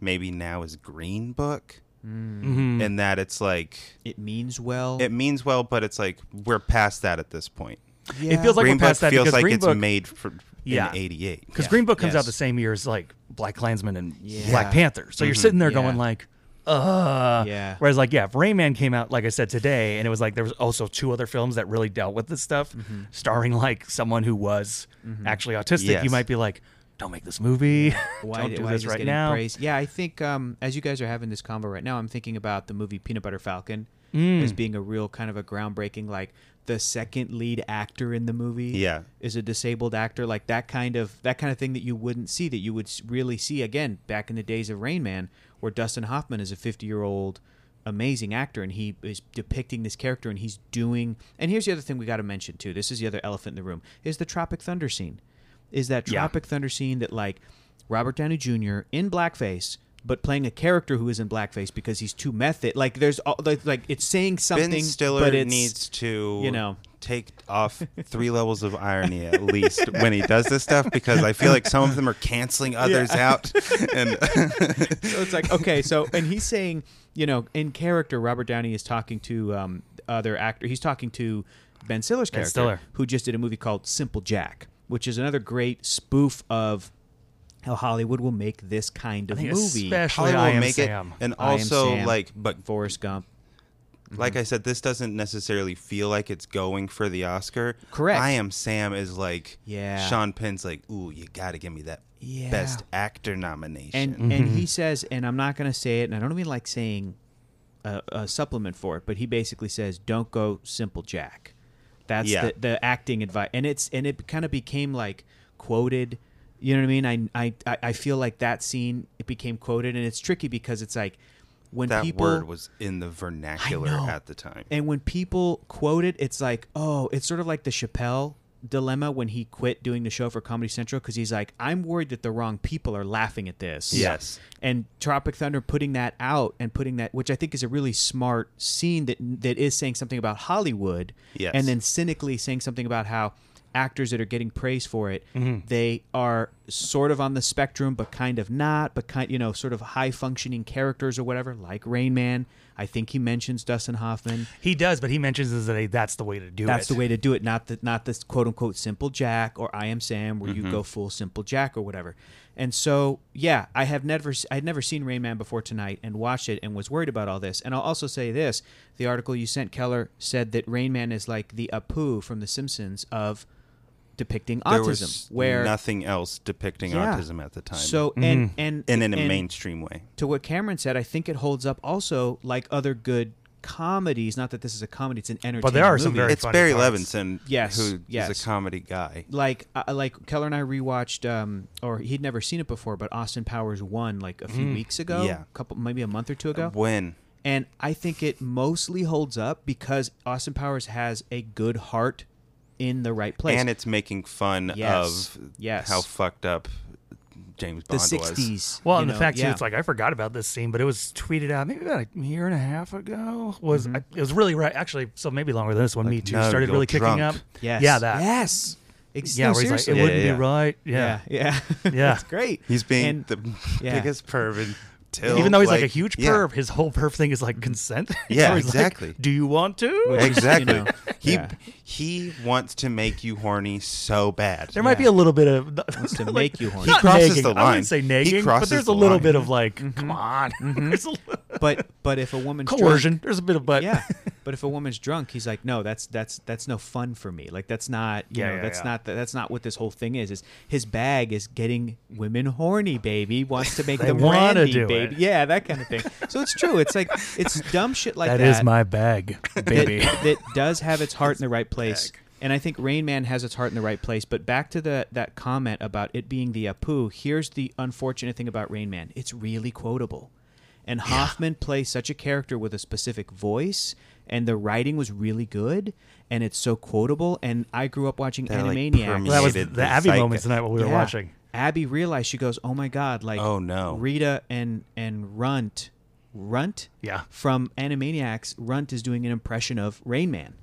maybe now is green book
Mm.
in that it's like
It means well.
it means well but it's like we're past that at this point
it feels like
green
we're past that
book feels
because
like
green
it's
book
made for
Yeah.
in 88
because
Yeah.
Green Book comes
Yes.
out the same year as like Black Klansman and
Yeah.
Black Panther. So you're sitting there
Yeah.
going like, uh.
Yeah.
Whereas like yeah, if Rayman came out like I said today, and it was like there was also two other films that really dealt with this stuff, starring like someone who was actually autistic.
Yes.
You might be like, don't make this movie.
why
don't
did-
do
why
this
just
right
getting
now.
praise? Yeah, I think um, as you guys are having this convo right now, I'm thinking about the movie Peanut Butter Falcon
Mm.
as being a real kind of a groundbreaking, like the second lead actor in the movie
Yeah.
is a disabled actor, like that kind of that kind of thing that you wouldn't see that you would s- really see again back in the days of Rain Man, where Dustin Hoffman is a 50 year old amazing actor and he is depicting this character and he's doing and here's the other thing we got to mention too this is the other elephant in the room is the tropic thunder scene is that
Yeah.
tropic Thunder scene that like Robert Downey Jr. in blackface, but playing a character who is in blackface because he's too method. Like there's all, like, like it's saying something,
ben stiller
but it's
needs to
you know
take off three levels of irony at least when he does this stuff because I feel like some of them are canceling others out. And
so it's like okay, so and he's saying, you know, in character, Robert Downey is talking to um, other actor. He's talking to Ben Stiller's character,
Stiller.
who just did a movie called Simple Jack, which is another great spoof of how Hollywood will make this kind of
think
movie.
especially
Hollywood
I am
make
Sam.
it, and
I Am
also
Sam,
like, but
Forrest Gump. Mm-hmm.
like I said, this doesn't necessarily feel like it's going for the Oscar.
Correct.
I am Sam is like,
Yeah.
Sean Penn's like, ooh, you got to give me that
Yeah.
best actor nomination.
and and
Mm-hmm.
he says, and I'm not going to say it, and I don't even like saying a, a supplement for it, but he basically says, "Don't go simple Jack." That's
Yeah.
the, the acting advice, and it's and it kind of became like quoted. You know what I mean? I I I- I feel like that scene it became quoted, and it's tricky because it's like when
that
people
word was in the vernacular
know.
at the time.
and when people quote it, it's like, oh, it's sort of like the Chappelle dilemma when he quit doing the show for Comedy Central because he's like, I'm worried that the wrong people are laughing at this.
Yes.
And Tropic Thunder putting that out and putting that, which I think is a really smart scene that that is saying something about Hollywood.
Yes.
And then cynically saying something about how actors that are getting praise for it, they are sort of on the spectrum, but kind of not, but kind, you know, sort of high functioning characters or whatever, like Rain Man. I think he mentions Dustin Hoffman.
He does, but he mentions is that hey, that's the way to do
That's
it.
the way to do it. Not the not this quote unquote simple Jack or I am Sam, where you
Mm-hmm.
go full simple Jack or whatever. And so, yeah, I have never s- I had never seen Rayman before tonight and watched it and was worried about all this. And I'll also say this: the article you sent, Keller, said that Rayman is like the Apu from The Simpsons of depicting
there
autism,
was
where
nothing else depicting
Yeah.
autism at the time. Mm-hmm.
so and and
and in a
and-
mainstream way.
to what Cameron said, I think it holds up also like other good comedies. Not that this is a comedy; it's an entertainment.
there are some
movie.
very
It's
funny
Barry
parts.
Levinson,
Yes,
who is
yes.
a comedy guy.
like uh, like Keller and I rewatched um or he'd never seen it before, but Austin Powers one like a few weeks ago,
Mm. Yeah. Uh,
couple maybe a month or two ago,
When
and I think it mostly holds up because Austin Powers has a good heart in the right place.
and it's making fun
Yes,
of
yes.
how fucked up James
the
Bond was.
sixties.
Well,
you
and the
know,
fact too,
yeah.
it's like I forgot about this scene, but it was tweeted out maybe about a year and a half ago. Was I, it was really right? Actually, so maybe longer than this one. Me too
no,
started
you're
really kicking
drunk.
up.
yes,
yeah, that.
yes, Ex-
Yeah,
no,
where he's like, it
seriously.
Yeah,
wouldn't
yeah, yeah.
be right.
yeah,
Yeah.
yeah,
Yeah.
it's great.
He's being
And-
the
yeah.
biggest perv until
Even though he's like, a huge
yeah.
perv, his whole perv thing is like consent.
Yeah,
So he's like,
exactly.
Do you want to?
Which is, you
Exactly.
know,
he
yeah.
he wants to make you horny so bad.
There might be a little bit of wants
to make you horny.
He crosses
nagging.
the
I
line.
wouldn't say
He
nagging, but
crosses
there's
the
a little
line.
bit of like, come on. there's a little
but but if a woman's drunk,
coercion. There's a bit of but.
yeah but if a woman's drunk he's like no that's that's that's no fun for me like that's not you
Yeah,
know
yeah,
that's
yeah.
not that's not what this whole thing is is his bag is getting women horny baby wants to make
They
them
wanna
randy
do
baby
it.
yeah that kind of thing so it's true it's like it's dumb shit like that
that is my bag,
that,
baby.
that does have its heart in the right place. And I think Rain Man has its heart in the right place. But back to the that comment about it being the Apu, here's the unfortunate thing about Rain Man. It's really quotable. And Hoffman plays such a character with a specific voice, and the writing was really good, and it's so quotable. And I grew up watching
That, like,
Animaniacs.
Well, that was
Hated
the
the
Abby
psycho-
moments tonight while we were
Yeah.
watching.
Abby realized she goes, "Oh my god!" Like,
Oh, no.
Rita and and Runt, Runt,
Yeah.
from Animaniacs, Runt is doing an impression of Rain Man,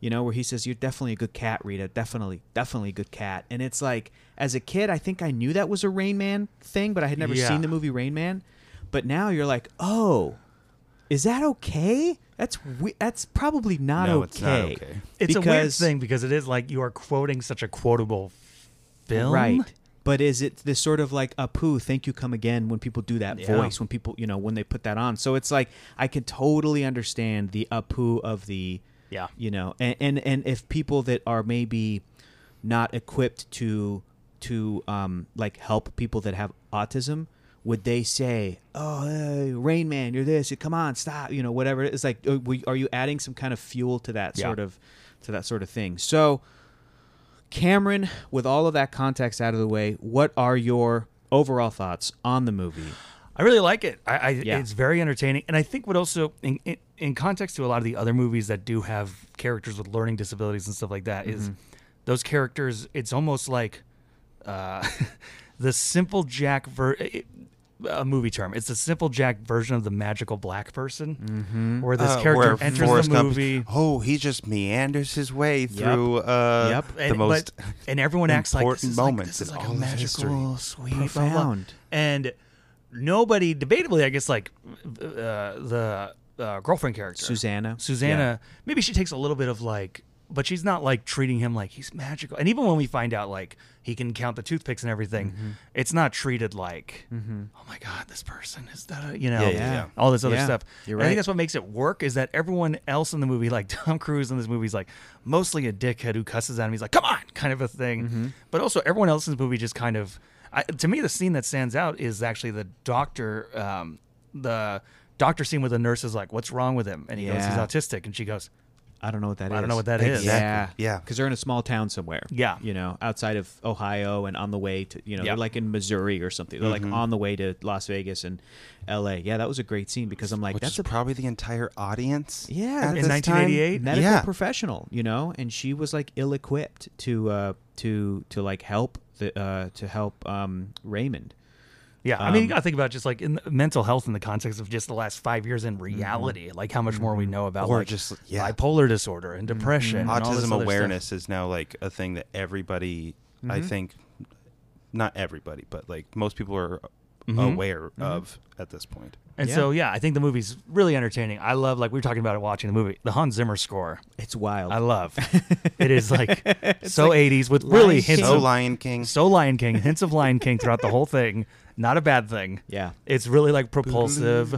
you know, where he says, "You're definitely a good cat, Rita. Definitely, definitely a good cat." And it's like, as a kid, I think I knew that was a Rain Man thing, but I had never
Yeah.
seen the movie Rain Man. But now you're like, oh, is that okay? That's we- that's probably not
No,
okay.
it's not okay.
It's a weird
Because-
thing because it is like you are quoting such a quotable film.
Right. But is it this sort of like a poo, thank you, come again when people do that
Yeah.
voice, when people, you know, when they put that on? So it's like, I could totally understand the a poo of the,
Yeah.
you know, and, and, and if people that are maybe not equipped to, to, um, like help people that have autism, would they say, oh, hey, Rain Man, you're this, come on, stop, you know, whatever. It's like, uh, we- are you adding some kind of fuel to that
Yeah.
sort of, to that sort of thing? So, Cameron, with all of that context out of the way, what are your overall thoughts on the movie?
I really like it. I, I
Yeah.
it's very entertaining, and I think what also in, in in context to a lot of the other movies that do have characters with learning disabilities and stuff like that is those characters. It's almost like uh, the simple Jack ver. It, a movie term. It's the simple Jack version of the magical black person, where this
Uh,
character
where
enters
Forrest
the
Gump-
movie.
oh, he just meanders his way through uh,
Yep.
the
and,
most.
but- and everyone acts like this
important
is like,
moments
this is
in
like a
all of
magical,
history.
sweet, blah, blah.
Profound.
and nobody, debatably, I guess, like uh, the uh, girlfriend character,
Susanna.
Susanna, maybe she takes a little bit of like, but she's not like treating him like he's magical. And even when we find out like he can count the toothpicks and everything,
Mm-hmm.
it's not treated like, oh my god, this person is that a, you know
Yeah, yeah, yeah.
all this other
Yeah,
stuff.
you're
And I
right.
think that's what makes it work is that everyone else in the movie, like Tom Cruise in this movie, is like mostly a dickhead who cusses at him. He's like, come on, kind of a thing.
Mm-hmm.
But also everyone else in this movie just kind of, I, to me, the scene that stands out is actually the doctor, um, the doctor scene where the nurse is like, what's wrong with him? And he goes, he's
Yeah.
autistic. And she goes,
I don't know what that is.
I don't know what that is.
Exactly.
Yeah,
Yeah.
Because they're in a small town somewhere.
Yeah.
you know, outside of Ohio and on the way to you know,
Yeah. Mm-hmm.
they're like in Missouri or something. They're like on the way to Las Vegas and L.A. Yeah, that was a great scene because I'm like,
Which
that's
is
a
probably the entire audience.
yeah
at
In
this time.
1988?
medical
Yeah.
professional, you know, and she was like ill-equipped to uh, to to like help the uh, to help um, Raymond.
Yeah, I mean, you
Um,
gotta think about just like in the- mental health in the context of just the last five years in reality, like how much more we know about
Mm-hmm. Or
like
just- yeah. Mm-hmm.
bipolar disorder and depression, and all this other
Autism
stuff.
awareness is now like a thing that everybody, I think, not everybody, but like most people are Mm-hmm. aware of at this point.
And
Yeah.
so, yeah, I think the movie's really entertaining. I love, like we were talking about it watching the movie, the Hans Zimmer score.
It's wild.
I love. it is like so 80s with really
Lion
hints
So
of
Lion King.
so Lion King, hints of Lion King throughout the whole thing. Not a bad thing.
Yeah.
It's really like propulsive.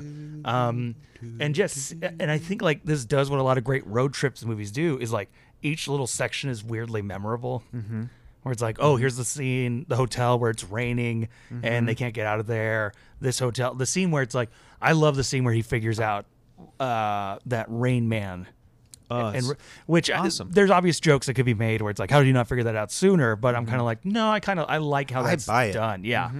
Um and just and I think like this does what a lot of great road trips movies do is like each little section is weirdly memorable. Mm-hmm. Where it's like, oh, here's the scene, the hotel where it's raining and they can't get out of there. This hotel, the scene where it's like, I love the scene where he figures out uh, that Rain Man
Oh,
and
it's
re- which I-
awesome.
there's obvious jokes that could be made where it's like, how did you not figure that out sooner? But I'm kind of like, no, I kind of I like how
I
that's
buy it.
done. Yeah,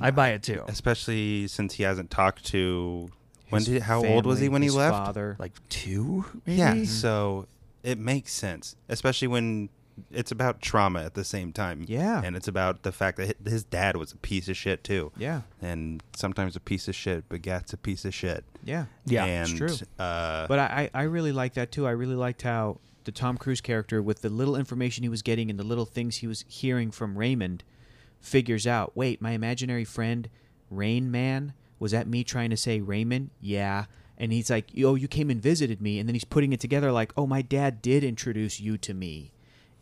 I buy it too.
especially since he hasn't talked to. When
his
did? How old was
family,
he when he
his
left?
Father.
Like two, maybe?
Yeah,
Mm-hmm.
so it makes sense, especially when it's about trauma at the same time.
Yeah.
and it's about the fact that hi- his dad was a piece of shit too.
Yeah.
and sometimes a piece of shit begets a piece of shit.
yeah.
Yeah,
and,
it's
true.
Uh,
But I, I I really liked that too. I really liked how the Tom Cruise character, with the little information he was getting and the little things he was hearing from Raymond, figures out wait, my imaginary friend, Rain Man, was that me trying to say Raymond? Yeah. And he's like, oh, you came and visited me. And then he's putting it together like, oh, my dad did introduce you to me.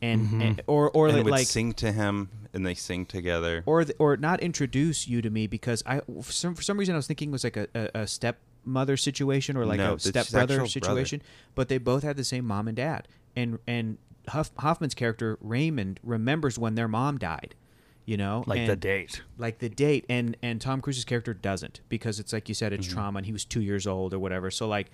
And, and- or, or
Mm-hmm. and they would
like,
sing to him, and they sing together.
or th- or not introduce you to me because I for some, for some reason I was thinking it was like a, a, a stepmother situation or like
No,
a
it's his
stepbrother
actual
situation, but they both had the same mom and dad, and and Huff, Hoffman's character Raymond remembers when their mom died, you know,
like the
and-
date.
like the date and and Tom Cruise's character doesn't because it's like you said
Mm-hmm.
it's trauma and he was 2 years old or whatever so like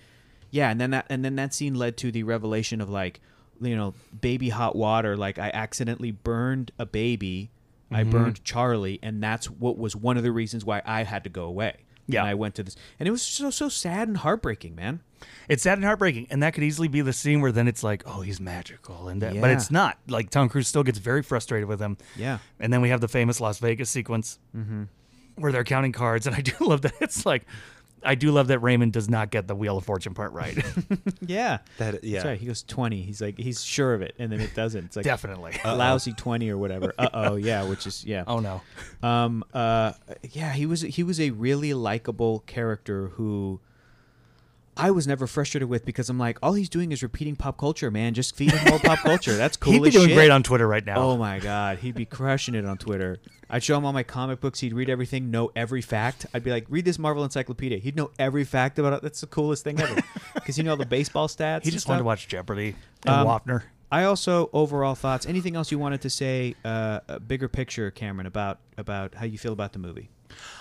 yeah and then that and then that scene led to the revelation of like you know baby hot water like I accidentally burned a baby I
Mm-hmm.
burned Charlie and that's what was one of the reasons why I had to go away
Yeah.
and I went to this and it was so so sad and heartbreaking man
It's sad and heartbreaking, and that could easily be the scene where then it's like, oh, he's magical, and that, but
Yeah.
it's not. Like Tom Cruise still gets very frustrated with him.
Yeah. Mm-hmm.
and then we have the famous Las Vegas sequence where they're counting cards, and I do love that it's like. I do love that Raymond does not get the Wheel of Fortune part right.
yeah
that yeah,
That's right. He goes twenty. He's like he's sure of it, and then it doesn't. It's like
Definitely.
lousy twenty or whatever. Uh oh, yeah. Which is yeah.
oh no.
um uh yeah he was he was a really likable character who I was never frustrated with because I'm like all he's doing is repeating pop culture man just feed him more pop culture that's cool
He'd be
as
doing
shit.
great on Twitter right now.
oh my god he'd be crushing it on Twitter I'd show him all my comic books he'd read everything know every fact I'd be like read this Marvel encyclopedia he'd know every fact about it that's the coolest thing ever because he knew all the baseball stats
He
and
just wanted to
stuff.
watch Jeopardy and
Um,
Wapner.
I also overall thoughts anything else you wanted to say uh, a bigger picture Cameron about about how you feel about the movie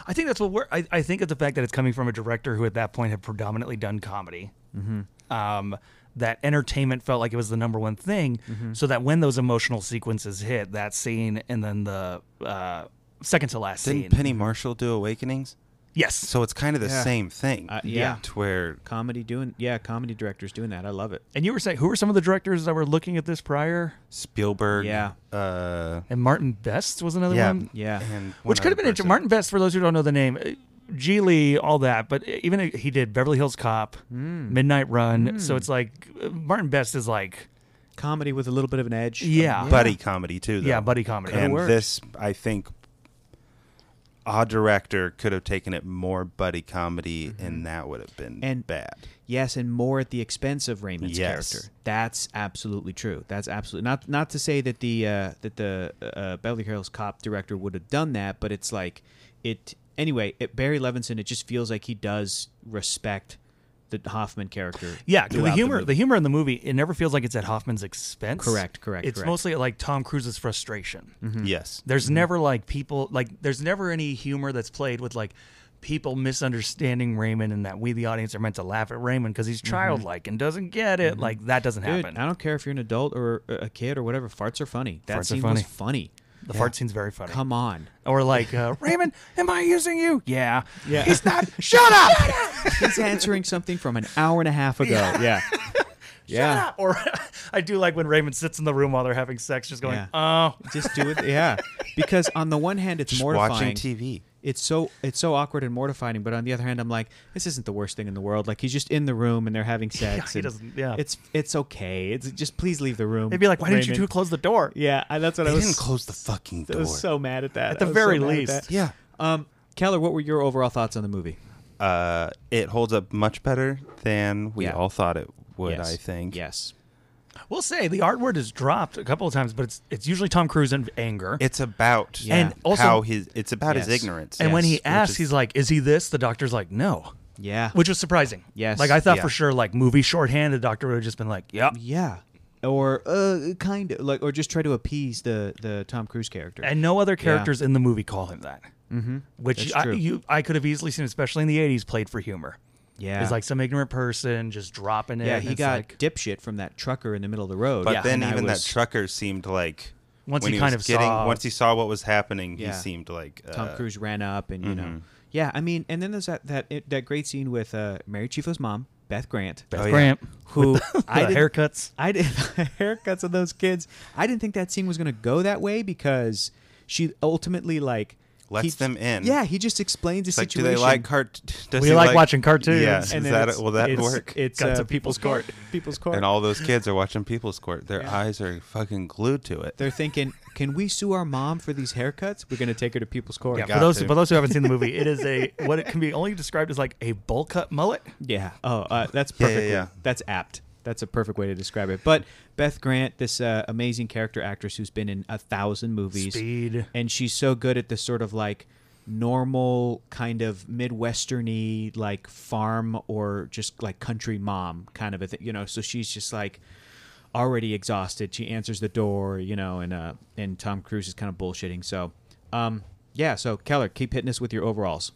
I think that's what we're. I, I think it's the fact that it's coming from a director who at that point had predominantly done comedy.
Mm-hmm.
Um, that entertainment felt like it was the number one thing,
Mm-hmm.
so that when those emotional sequences hit, that scene and then the uh, second to last
Didn't
scene.
Penny Marshall do Awakenings?
Yes.
So it's kind of the
Yeah.
same thing.
Uh, yeah.
To where
Comedy doing, yeah, comedy directors doing that. I love it.
And you were saying who were some of the directors that were looking at this prior?
Spielberg.
Yeah.
Uh,
And Martin Best was another
yeah.
one.
Yeah.
And one
Which could
other
have been interesting.
person.
Martin Best, for those who don't know the name, uh, Gee Lee, all that. But e, even he did Beverly Hills Cop,
Mm.
Midnight Run. So it's like uh, Martin Best is like, um,
Comedy with a little bit of an edge.
yeah,
Buddy comedy, too. Though.
yeah, buddy comedy.
and
worked.
this i think a director could have taken it more buddy comedy and that would have been
Mm-hmm. And-
bad
Yes, and more at the expense of Raymond's
Yes.
character. That's absolutely true. That's absolutely not not to say that the uh, that the uh, Beverly Hills Cop director would have done that, but it's like it anyway. It, Barry Levinson, it just feels like he does respect the Hoffman character.
Yeah, 'cause the
throughout
humor, the,
movie.
humor in the movie, it never feels like it's at Hoffman's expense.
Correct, correct,
It's
correct. Mm-hmm.
mostly at, like Tom Cruise's frustration.
Hmm.
yes
There's never like people like there's never any humor that's played with like people misunderstanding Raymond and that we the audience are meant to laugh at Raymond because he's childlike and doesn't get it. Like that doesn't
Mm-hmm. Dude,
happen.
I don't care if you're an adult or a kid or whatever. Farts are funny. That
Farts are
scene
funny.
was funny.
the fart scene's very funny.
Come on.
Or like uh, Raymond, am I using you? Yeah. Yeah. He's not. Shut up. Shut up.
He's answering something from an hour and a half ago. Yeah. Yeah.
Or I do like when Raymond sits in the room while they're having sex, just going, oh.
Just do it. Yeah. Because on the one hand, it's
Just
mortifying.
watching tv
it's so it's so awkward and mortifying. But on the other hand, I'm like, this isn't the worst thing in the world. Like he's just in the room and they're having sex.
he
and
doesn't- yeah.
It's it's okay. It's just please leave the room.
They'd be like, why didn't you two
Raymond."
close the door?
Yeah, I, that's what
they
I was.
didn't close the fucking
I
door
was so mad at that.
At the
I was
very
so mad at
least.
that.
yeah
Um, Keller, what were your overall thoughts on the movie?
uh, it holds up much better than we
Yeah.
all thought it would
yes.
i think
Yes.
We'll say the art word is dropped a couple of times, but it's it's usually Tom Cruise in anger.
it's about
Yeah. And
also-
how his it's about his
Yes.
ignorance
and when
yes,
he
which
asks,
is-
he's like, "Is he this?" The doctor's like, "No,"
Yeah.
which was surprising.
Yes.
like I thought
Yeah.
for sure, like movie shorthand, the doctor would have just been like, "Yep,"
yeah. Or uh, kind of like, or just try to appease the the Tom Cruise character.
and no other characters in the movie call him that. Mm-hmm. Which
That's
I,
true.
you I could have easily seen, especially in the '80s, played for humor.
yeah.
It's like some ignorant person just dropping it.
yeah,
and
he
it's
got
like-
dipshit from that trucker in the middle of the road.
but
Yeah.
then
And I
even
was-
that trucker seemed like
Once
when
he
he,
kind
was
of
getting
saw-
once he saw what was happening
Yeah.
he seemed like uh, mm-hmm.
Tom Cruise ran up, and you know, yeah. I mean, and then there's that that it, that great scene with uh, Mary Chifo's mom, Beth Grant,
Beth Oh, yeah.
Grant,
who I
the
didn't,
haircuts.
I did haircuts of those kids. I didn't think that scene was going to go that way because she ultimately like
Lets
he-
them in.
Yeah, he just explains the
It's like, do
situation.
they like cart? does
We
he
like watching cartoons.
Yeah,
And
is
and then
that
it's-
will that
it's-
work?
It's
Cuts
uh,
of
People's
People's
Court. People's Court.
and all those kids are watching People's Court. Their eyes are fucking glued to it.
They're thinking, can we sue our mom for these haircuts? We're going to take her to People's Court.
Yeah, for
got
those
to.
for those who haven't seen the movie, it is a what it can be only described as like a bowl cut mullet.
Yeah. Oh, uh, that's
Yeah, yeah,
perfect.
yeah.
That's apt. That's a perfect way to describe it. But Beth Grant, this uh, amazing character actress who's been in a thousand movies,
Speed.
and she's so good at this sort of like normal kind of midwesterny like farm or just like country mom kind of a thing, you know. So she's just like already exhausted. She answers the door, you know, and uh, and Tom Cruise is kind of bullshitting. So, um, yeah. So Keller, keep hitting us with your overalls.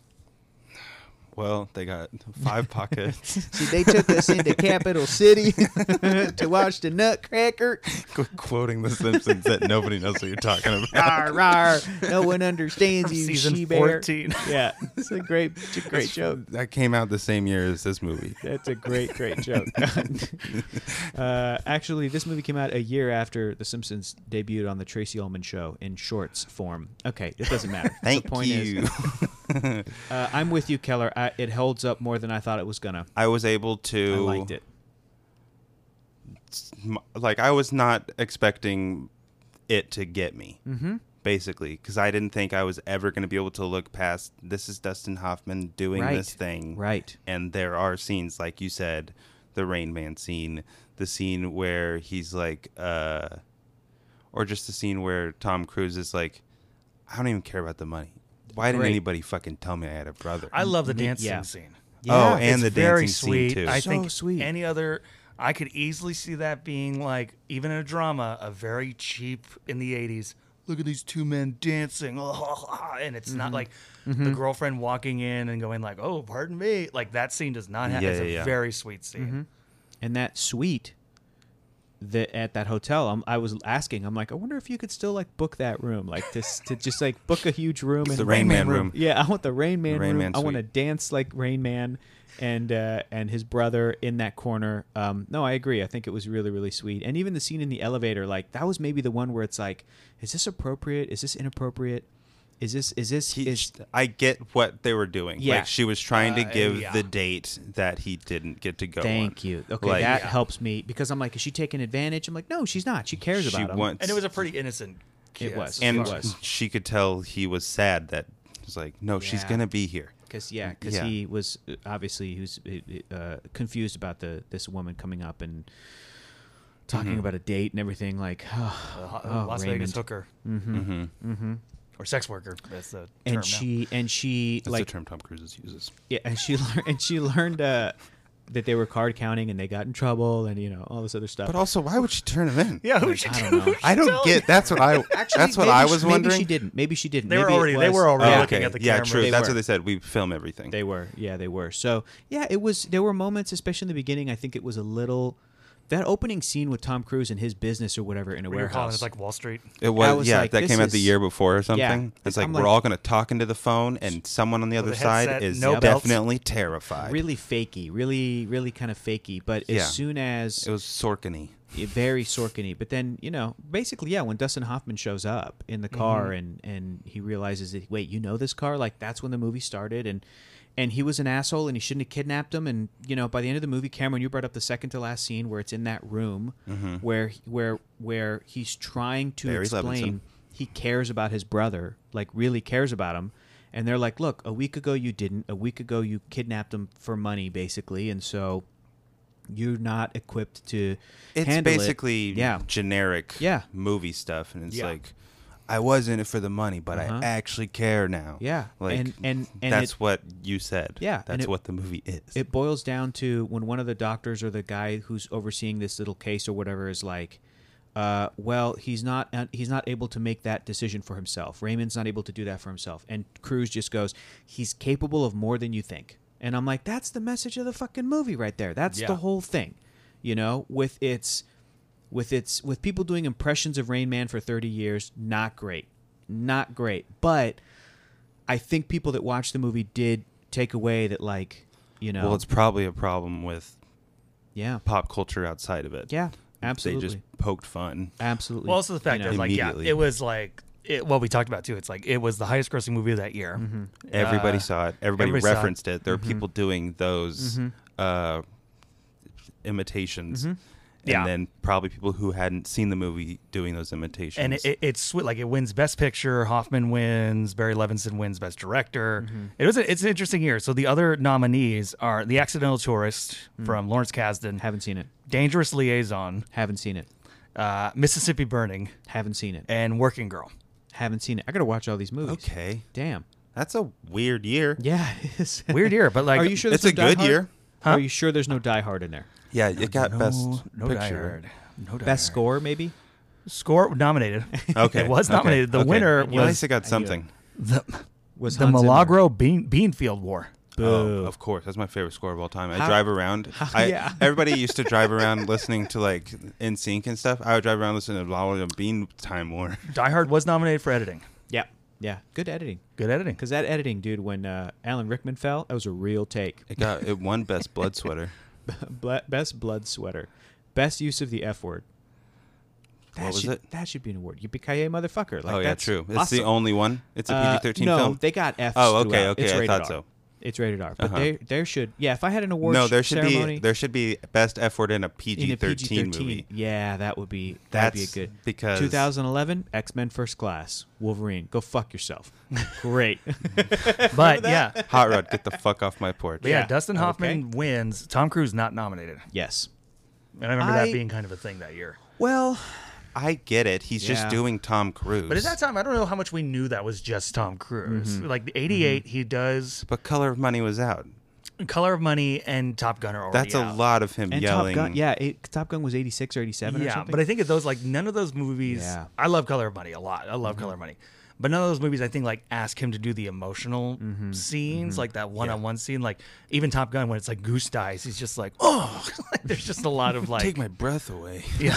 Well, they got five pockets.
See, they took us into Capital City to watch the Nutcracker.
Quit quoting The Simpsons that nobody knows what you're talking
Rar,
about.
rar. No one understands
From
you,
season
she-bear.
14.
Yeah, it's a great, it's a great joke.
That came out the same year as this movie.
That's a great, great joke. uh, actually, this movie came out a year after The Simpsons debuted on the Tracy Ullman Show in shorts form. Okay, it doesn't matter.
Thank
the point
you.
is, uh, I'm with you, Keller. I, it holds up more than I thought it was gonna.
I was able to.
I liked it.
m- Like I was not expecting it to get me. Mm-hmm. Basically, because I didn't think I was ever going to be able to look past this is Dustin Hoffman doing
Right.
this thing.
Right.
and there are scenes like you said the rain man scene the scene where he's like uh or just the scene where tom cruise is like i don't even care about the money why didn't
Great.
anybody fucking tell me i had a brother
I love the
Me-
dancing
yeah.
scene.
oh
Yeah.
and
It's
the
very
dancing
sweet.
scene too
I
So
think
sweet.
any other I could easily see that being like even in a drama, a very cheap in the eighties. Look at these two men dancing, and it's
Mm-hmm.
not like
Mm-hmm.
the girlfriend walking in and going like, "Oh, pardon me." Like that scene does not happen.
Yeah,
it's
Mm-hmm.
yeah,
a
yeah.
very sweet scene.
And that sweet the, at that hotel, I'm, I was asking, I'm like, I wonder if you could still like book that room, like to s- to just like book a huge room.
It's
and
the Rain Man room.
Yeah, I want the Rain Man
Rain
room.
Man
I want to
suite.
dance like Rain Man, and uh, and his brother in that corner. Um, no, I agree. I think it was really really sweet, and even the scene in the elevator, like that was maybe the one where it's like, is this appropriate? Is this inappropriate? Is this is this
He,
is
I get what they were doing.
Yeah.
Like she was trying to
Uh,
give
yeah.
the date that he didn't get to go.
Thank
on.
you. Okay,
Like-
that
Yeah.
helps me because I'm like, is she taking advantage? I'm like, no, she's not. She cares
She
about him.
wants,
And it was a pretty innocent.
It
kiss
was.
as
and
far
was.
as-
she could tell he was sad that it's like, no, she's
Yeah.
gonna be here.
because yeah, because
Yeah.
he was uh, obviously he was uh, uh, confused about the this woman coming up and talking about a date and everything. Like,
uh,
oh,
Ho- Las
Raymond.
Vegas hooker
Mm-hmm.
or sex worker. That's the
and
term now.
she and she
That's
like
the term Tom Cruise uses.
Yeah, and she learned and she learned uh, that they were card counting and they got in trouble and you know all this other stuff.
But also, why would she turn him in?
Yeah, who
Like,
should
I don't know.
I don't get. That's what I.
Actually,
that's what
maybe
I
she-
was
maybe
wondering.
She didn't. Maybe she didn't.
They were
Maybe it
already- they
was-
were already
Yeah.
Oh,
looking at the
yeah,
camera.
true.
They
That's
were.
what they said. We film everything.
They were. Yeah, they were. So yeah, it was. There were moments, especially in the beginning. I think it was a little. That opening scene with Tom Cruise and his business or whatever in a
We were calling
warehouse.
it like Wall Street.
it was,
I was
yeah.
like,
that
this
came out the
is-
year before or something. It's like
I'm
we're
like-
all gonna talk into the phone, and someone on the other
a
side
headset,
is
no belt.
definitely terrified.
really fakey, really, really kind of fakey. But
Yeah.
as soon as
It was Sorkin-y.
Yeah, very Sorkin-y. But then you know, basically, yeah, when Dustin Hoffman shows up in the car
Mm-hmm.
and and he realizes that wait, you know this car, like that's when the movie started, and and he was an asshole and he shouldn't have kidnapped him, and you know, by the end of the movie, Cameron, you brought up the second to last scene where it's in that room where where where he's trying to
Mm-hmm. Barry
explain
Levinson.
he cares about his brother, like really cares about him. And they're like, look, a week ago you didn't. A week ago you kidnapped him for money, basically, and so you're not equipped to
It's
handle it.
basically
yeah
generic
Yeah.
movie stuff, and it's
Yeah.
like I was in it for the money, but
Uh-huh.
I actually care now.
Yeah.
like
And- and- and
that's
it-
what you said.
Yeah, and
that's
it-
what the movie is.
it boils down to when one of the doctors or the guy who's overseeing this little case or whatever is like uh, well he's not uh, he's not able to make that decision for himself raymond's not able to do that for himself and cruz just goes he's capable of more than you think and i'm like that's the message of the fucking movie right there that's the
Yeah.
whole thing you know with its with its with people doing impressions of rain man for 30 years not great not great but i think people that watched the movie did take away that like you know
Well, it's probably a problem with
yeah.
pop culture outside of it.
Yeah.
they
Absolutely.
just poked fun.
absolutely.
Well, also the fact
you
that
know.
like yeah,
Immediately.
it was like it, what we talked about too. It's like it was the highest grossing movie of that year.
Mm-hmm.
Everybody
Uh,
saw it. Everybody,
everybody saw it. Mm-hmm.
referenced it. There were people doing those uh, imitations, and
Mm-hmm. Yeah.
then probably people who hadn't seen the movie doing those imitations.
And it, it, it's sweet. Like it wins Best Picture. Hoffman wins. Barry Levinson wins Best Director.
Mm-hmm.
It was. A, it's an interesting year. So the other nominees are The Accidental Tourist
Mm.
from Lawrence Kasdan,
haven't seen it.
Dangerous Liaison,
Haven't seen it.
uh, Mississippi Burning,
Haven't seen it.
and Working Girl.
Haven't seen it. I gotta watch all these movies.
okay,
Damn.
that's a weird year.
Yeah. it is.
Weird year, but like
Are you sure?
It's
there's
a
no Die
good
Hard?
year.
Huh?
Are you sure there's no Die Hard in there?
Yeah, it got
No-
best
no Die
picture.
Hard. No Die
Best
Hard.
score, maybe.
Score nominated.
Okay,
it was
okay,
nominated. The
okay.
winner
At
was
least it got
I
something.
the,
Was
the
Hans Zimmer.
Milagro Bean, Beanfield War.
Boo.
Oh, of course. That's my favorite score of all time. I
How-
drive around. I,
yeah.
everybody used to drive around listening to like In Sync and stuff. I would drive around listening to Lala and Bean Time War.
Die Hard was nominated for editing.
yeah. Yeah. Good editing.
Good editing.
Because that editing, dude, when uh, Alan Rickman fell, that was a real take.
It got it won best blood sweater.
Ble- Best blood sweater. Best use of the F word. That
What was
should,
it?
That should be an award. Yippee motherfucker. fucker. Like,
oh yeah,
that's
true. It's
awesome.
the only one. It's a
Uh,
PG-13
no,
film.
they got F.
Oh, okay,
throughout.
okay,
It's
I
rated
thought
R.
so.
It's rated R. But
Uh-huh.
there, there should, yeah. If I had an award,
no,
sh-
there should
ceremony
be there should be best F word in
in
a
a
PG-13 movie.
Yeah, that would be that'd
That's
be a good.
because-
2011 X Men First Class Wolverine, go fuck yourself. Great.
but yeah, but
Hot Rod, get the fuck off my porch.
yeah,
Yeah.
Dustin Hoffman wins. Tom Cruise not nominated.
yes.
And I remember that
I-
being kind of a thing that year.
Well,
I get it. He's
Yeah.
just doing Tom Cruise.
But at that time, I don't know how much we knew that was just Tom Cruise.
Mm-hmm.
Like the '88, he does
But Color of Money was out.
Color of Money and Top Gun are already
That's a
out.
lot of him
and
yelling.
Top Gun. Yeah, it, Top Gun was 86 or 87 or
Yeah,
something.
but I think of those like none of those movies.
Yeah.
Mm-hmm.
I love Color of Money a lot. I love Color of Money, But none of those movies, I think, like ask him to do the emotional
Mm-hmm.
scenes, like that one-on-one scene. Like even Top Gun, when it's like Goose dies, he's just like, oh, like, there's just a lot of like,
Take my breath away.
yeah.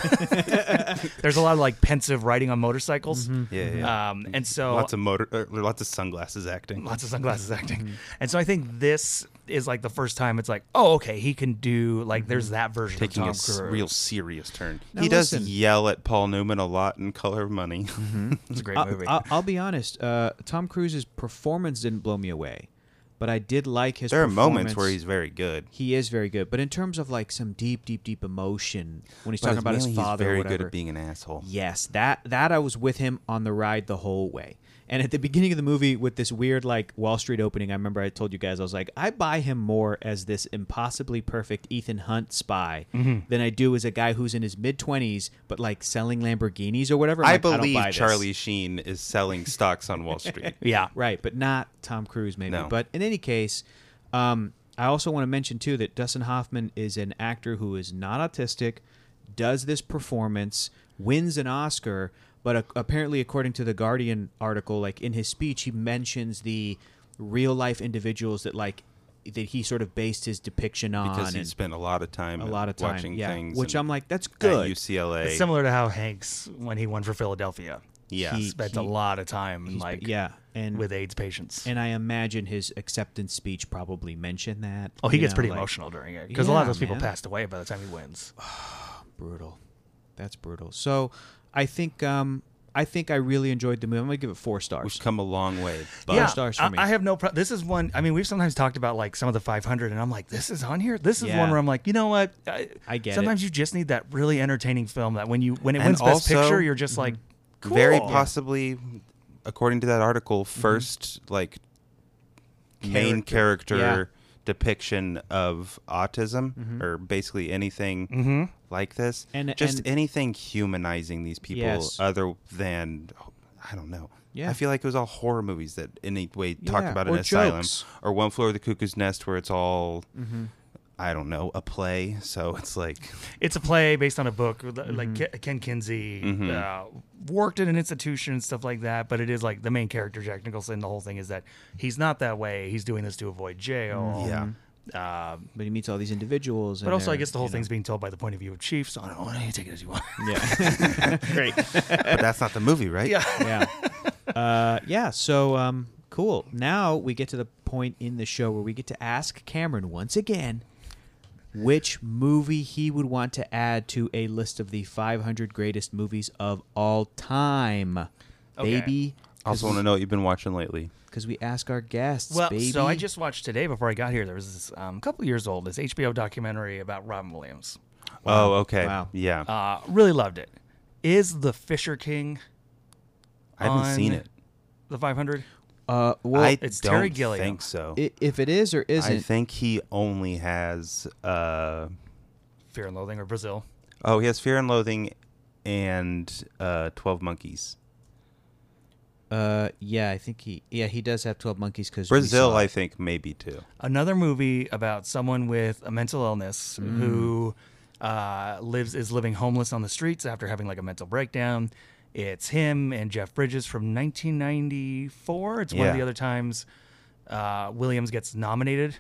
there's a lot of like pensive riding on motorcycles.
Yeah, Mm-hmm. yeah.
Um, and so
lots of Mm-hmm. motor, er, lots of sunglasses acting.
lots of sunglasses acting. And so I think this is like the first time it's like, oh, okay, he can do like there's that version
Mm-hmm. taking a
of Tom
s-
Cruise.
real serious turn.
Now
he
listen.
does yell at Paul Newman a lot in Color of Money.
It's a great
I'll,
movie.
I'll, I'll be honest. Uh, Tom Cruise's performance didn't blow me away, but I did like his.
there are moments
performance.
where he's very good.
he is very good. But in terms of like some deep, deep, deep emotion when he's
But
talking about his
mainly
father,
He's very
or whatever.
good at being an asshole.
Yes, that that I was with him on the ride the whole way. And at the beginning of the movie with this weird like Wall Street opening, I remember I told you guys I was like, I buy him more as this impossibly perfect Ethan Hunt spy
Mm-hmm.
than I do as a guy who's in his mid twenties but like selling Lamborghinis or whatever. I'm
I
like, don't
believe
buy this."
Charlie Sheen is selling stocks on Wall Street.
yeah.
Right, but not Tom Cruise, maybe.
No.
But in any case, um, I also want to mention too that Dustin Hoffman is an actor who is not autistic, does this performance, wins an Oscar, but a- apparently, according to the Guardian article, like in his speech, he mentions the real life individuals that like that he sort of based his depiction on
Because he
and
spent a lot of time
a lot of time,
watching
yeah.
things.
Which
and
I'm like, that's
At
good.
UCLA.
It's similar to how Hanks when he won for Philadelphia.
Yes.
He spent a
He-
lot of time in, like
yeah, and
with AIDS patients.
and I imagine his acceptance speech probably mentioned that.
oh, he
you
gets
know,
pretty
like-
emotional during it because a lot of
Yeah,
those people
man.
passed away by the time he wins.
brutal. That's brutal. So, I think um, I think I really enjoyed the movie. I'm gonna give it four
We've
stars.
come a long way. But
yeah,
stars for
I,
me.
I have no problem. This is one. I mean, we've sometimes talked about like some of the 500, and I'm like, this is on here. This is
Yeah.
one where I'm like, you know what? I,
I get it.
Sometimes you just need that really entertaining film that when you when it
And
wins Best
also-
Picture, you're just like,
Mm-hmm.
cool.
very possibly, according to that article, 1st like main character depiction of autism
Mm-hmm.
or basically anything like this.
And-
just
and-
anything humanizing these people
Yes.
other than I don't know.
Yeah.
I feel like it was all horror movies that in any way talked
Yeah,
about
or
an asylum
jokes. Mm-hmm.
or One Floor of the Cuckoo's Nest where it's all I don't know, a play. So it's like
It's a play based on a book. with, uh, Like Ke- Ken Kinsey
Mm-hmm.
uh, worked in an institution and stuff like that, but it is like the main character, Jack Nicholson. The whole thing is that he's not that way. He's doing this to avoid jail.
Yeah.
Mm-hmm. Yeah. Um,
but he meets all these individuals.
but
and
also, I
they're,
guess the whole
you know-
thing's being told by the point of view of Chief, so I don't know. You take it as you want.
Yeah,
Great.
but that's not the movie, right?
Yeah.
yeah, uh, yeah. So um, cool. Now we get to the point in the show where we get to ask Cameron once again which movie he would want to add to a list of the 500 greatest movies of all time,
Okay.
baby.
I also want to know what you've been watching lately.
Because we ask our guests,
Well,
baby.
so I just watched today before I got here. There was this um, couple years old this HBO documentary about Robin Williams.
Oh, okay.
Wow.
Yeah.
Uh, really loved it. Is the Fisher King
I haven't
on
seen it.
the 500?
uh, well,
I
it's
don't
Terry Gilliam.
think so.
I- if it is or isn't,
I think he only has. Uh,
Fear and Loathing or Brazil?
oh, he has Fear and Loathing and uh, Twelve Monkeys.
uh, yeah, I think he, yeah, he does have twelve monkeys because
Brazil, I think maybe too.
another movie about someone with a mental illness
Mm.
who uh, lives is living homeless on the streets after having like a mental breakdown. It's him and Jeff Bridges from 1994. It's one of
Yeah.
the other times uh, Williams gets nominated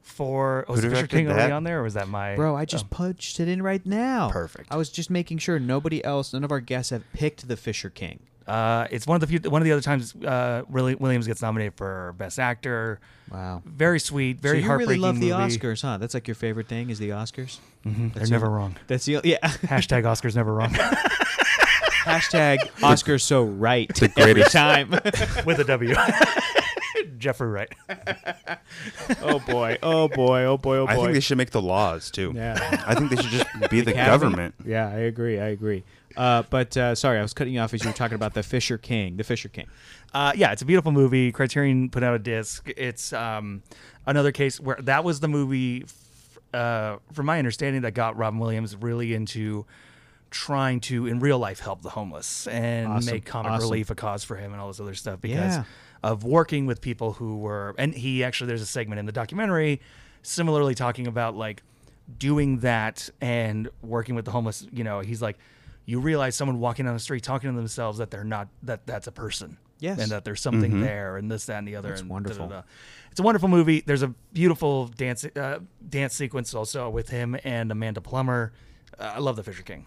for. Oh, was
Who
Fisher
directed
King already
that?
on there, or was that my Oh.
bro, I just
oh.
punched it in right now.
Perfect.
I was just making sure nobody else, none of our guests have picked the Fisher King.
Uh, it's one of the few, one of the other times uh, really Williams gets nominated for Best Actor.
Wow.
Very sweet, very
so you
heartbreaking
really love
movie.
the Oscars, huh? That's like your favorite thing is the Oscars.
They're never wrong.
That's the yeah.
Hashtag Oscars never wrong.
Hashtag Oscars so right every
greatest-
time.
with a W. Jeffrey Wright.
oh boy. Oh boy. Oh boy. Oh boy.
I think they should make the laws too.
Yeah.
I think they should just be the
Academy?
government.
Yeah, I agree. I agree. Uh, but uh, sorry, I was cutting you off as you were talking about the Fisher King. The Fisher King.
Uh, yeah, it's a beautiful movie. Criterion put out a disc. It's um, another case where that was the movie, f- uh, from my understanding, that got Robin Williams really into trying to, in real life, help the homeless and
Awesome.
make comic
Awesome.
relief a cause for him and all this other stuff because
Yeah.
of working with people who were. And he actually, there's a segment in the documentary similarly talking about like doing that and working with the homeless. You know, he's like, you realize someone walking down the street talking to themselves that they're not, that that's a person.
Yes.
and that there's something there, and this, that, and the other.
That's
and
wonderful.
da-da-da. It's a wonderful movie. There's a beautiful dance uh, dance sequence also with him and Amanda Plummer. Uh, I love The Fisher King.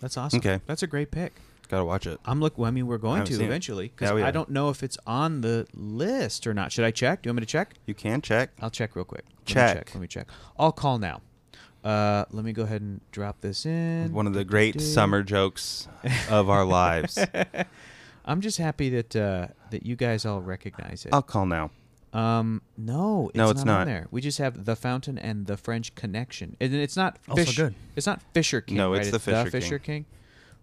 That's awesome.
Okay.
That's a great pick.
Gotta watch it.
I'm look. Well, I mean, we're going
haven't
to
seen it.
eventually because
Yeah, we
I
have.
don't know if it's on the list or not. Should I check? Do you want me to check?
You can check.
I'll check real quick. Let me
Check.
Let me check. I'll call now. Uh, let me go ahead and drop this in.
One of the great summer jokes of our lives.
I'm just happy that uh, that you guys all recognize it.
I'll call now.
Um, no, it's
No, it's
not, on
not.
there. We just have the Fountain and the French Connection, and it's not
Also
Fish-
good.
It's not Fisher King.
No,
right?
it's the Fisher King.
Fisher King.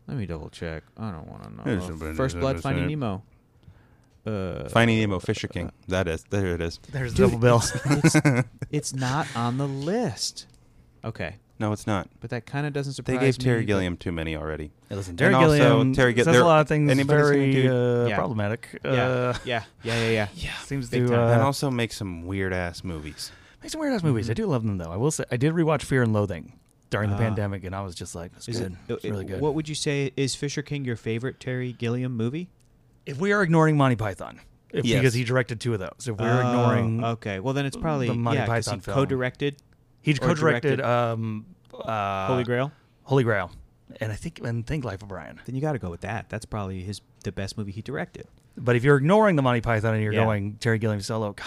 Let me double check. I don't want to
It's
know.
a-
First Blood, Finding
it's a-
Nemo. Uh,
Finding Nemo, Fisher King. That is. There it is.
There's
Dude,
Double Bill.
It's, it's not on the list. Okay,
No, it's not.
but that kind of doesn't surprise
They
me.
gave Terry
but-
Gilliam too many already.
listen,
Terry also, Gilliam Terry Gi- says a
says
there-
a lot of things
anybody's very,
very
gonna do-
Yeah.
problematic.
Yeah, yeah, yeah, yeah, yeah.
seems
Big
to
time.
and
uh,
also make some weird ass movies.
make some weird ass movies. I do love them though. I will say I did rewatch Fear and Loathing during the
Ah.
pandemic, and I was just like, "It's
Is
good.
it,
it's really good."
What would you say is Fisher King your favorite Terry Gilliam movie?
if we are ignoring Monty Python, if,
Yes.
because he directed two of those, if we're
Oh,
ignoring,
Okay, well then it's probably
the Monty
yeah, 'cause
Python
he
film.
co-directed
he
or directed-
co-directed um, uh,
Holy Grail.
Holy Grail, and I think and think Life of Brian.
Then you got to go with that. That's probably his the best movie he directed.
But if you're ignoring the Monty Python and you're
Yeah.
going Terry Gilliam solo, God,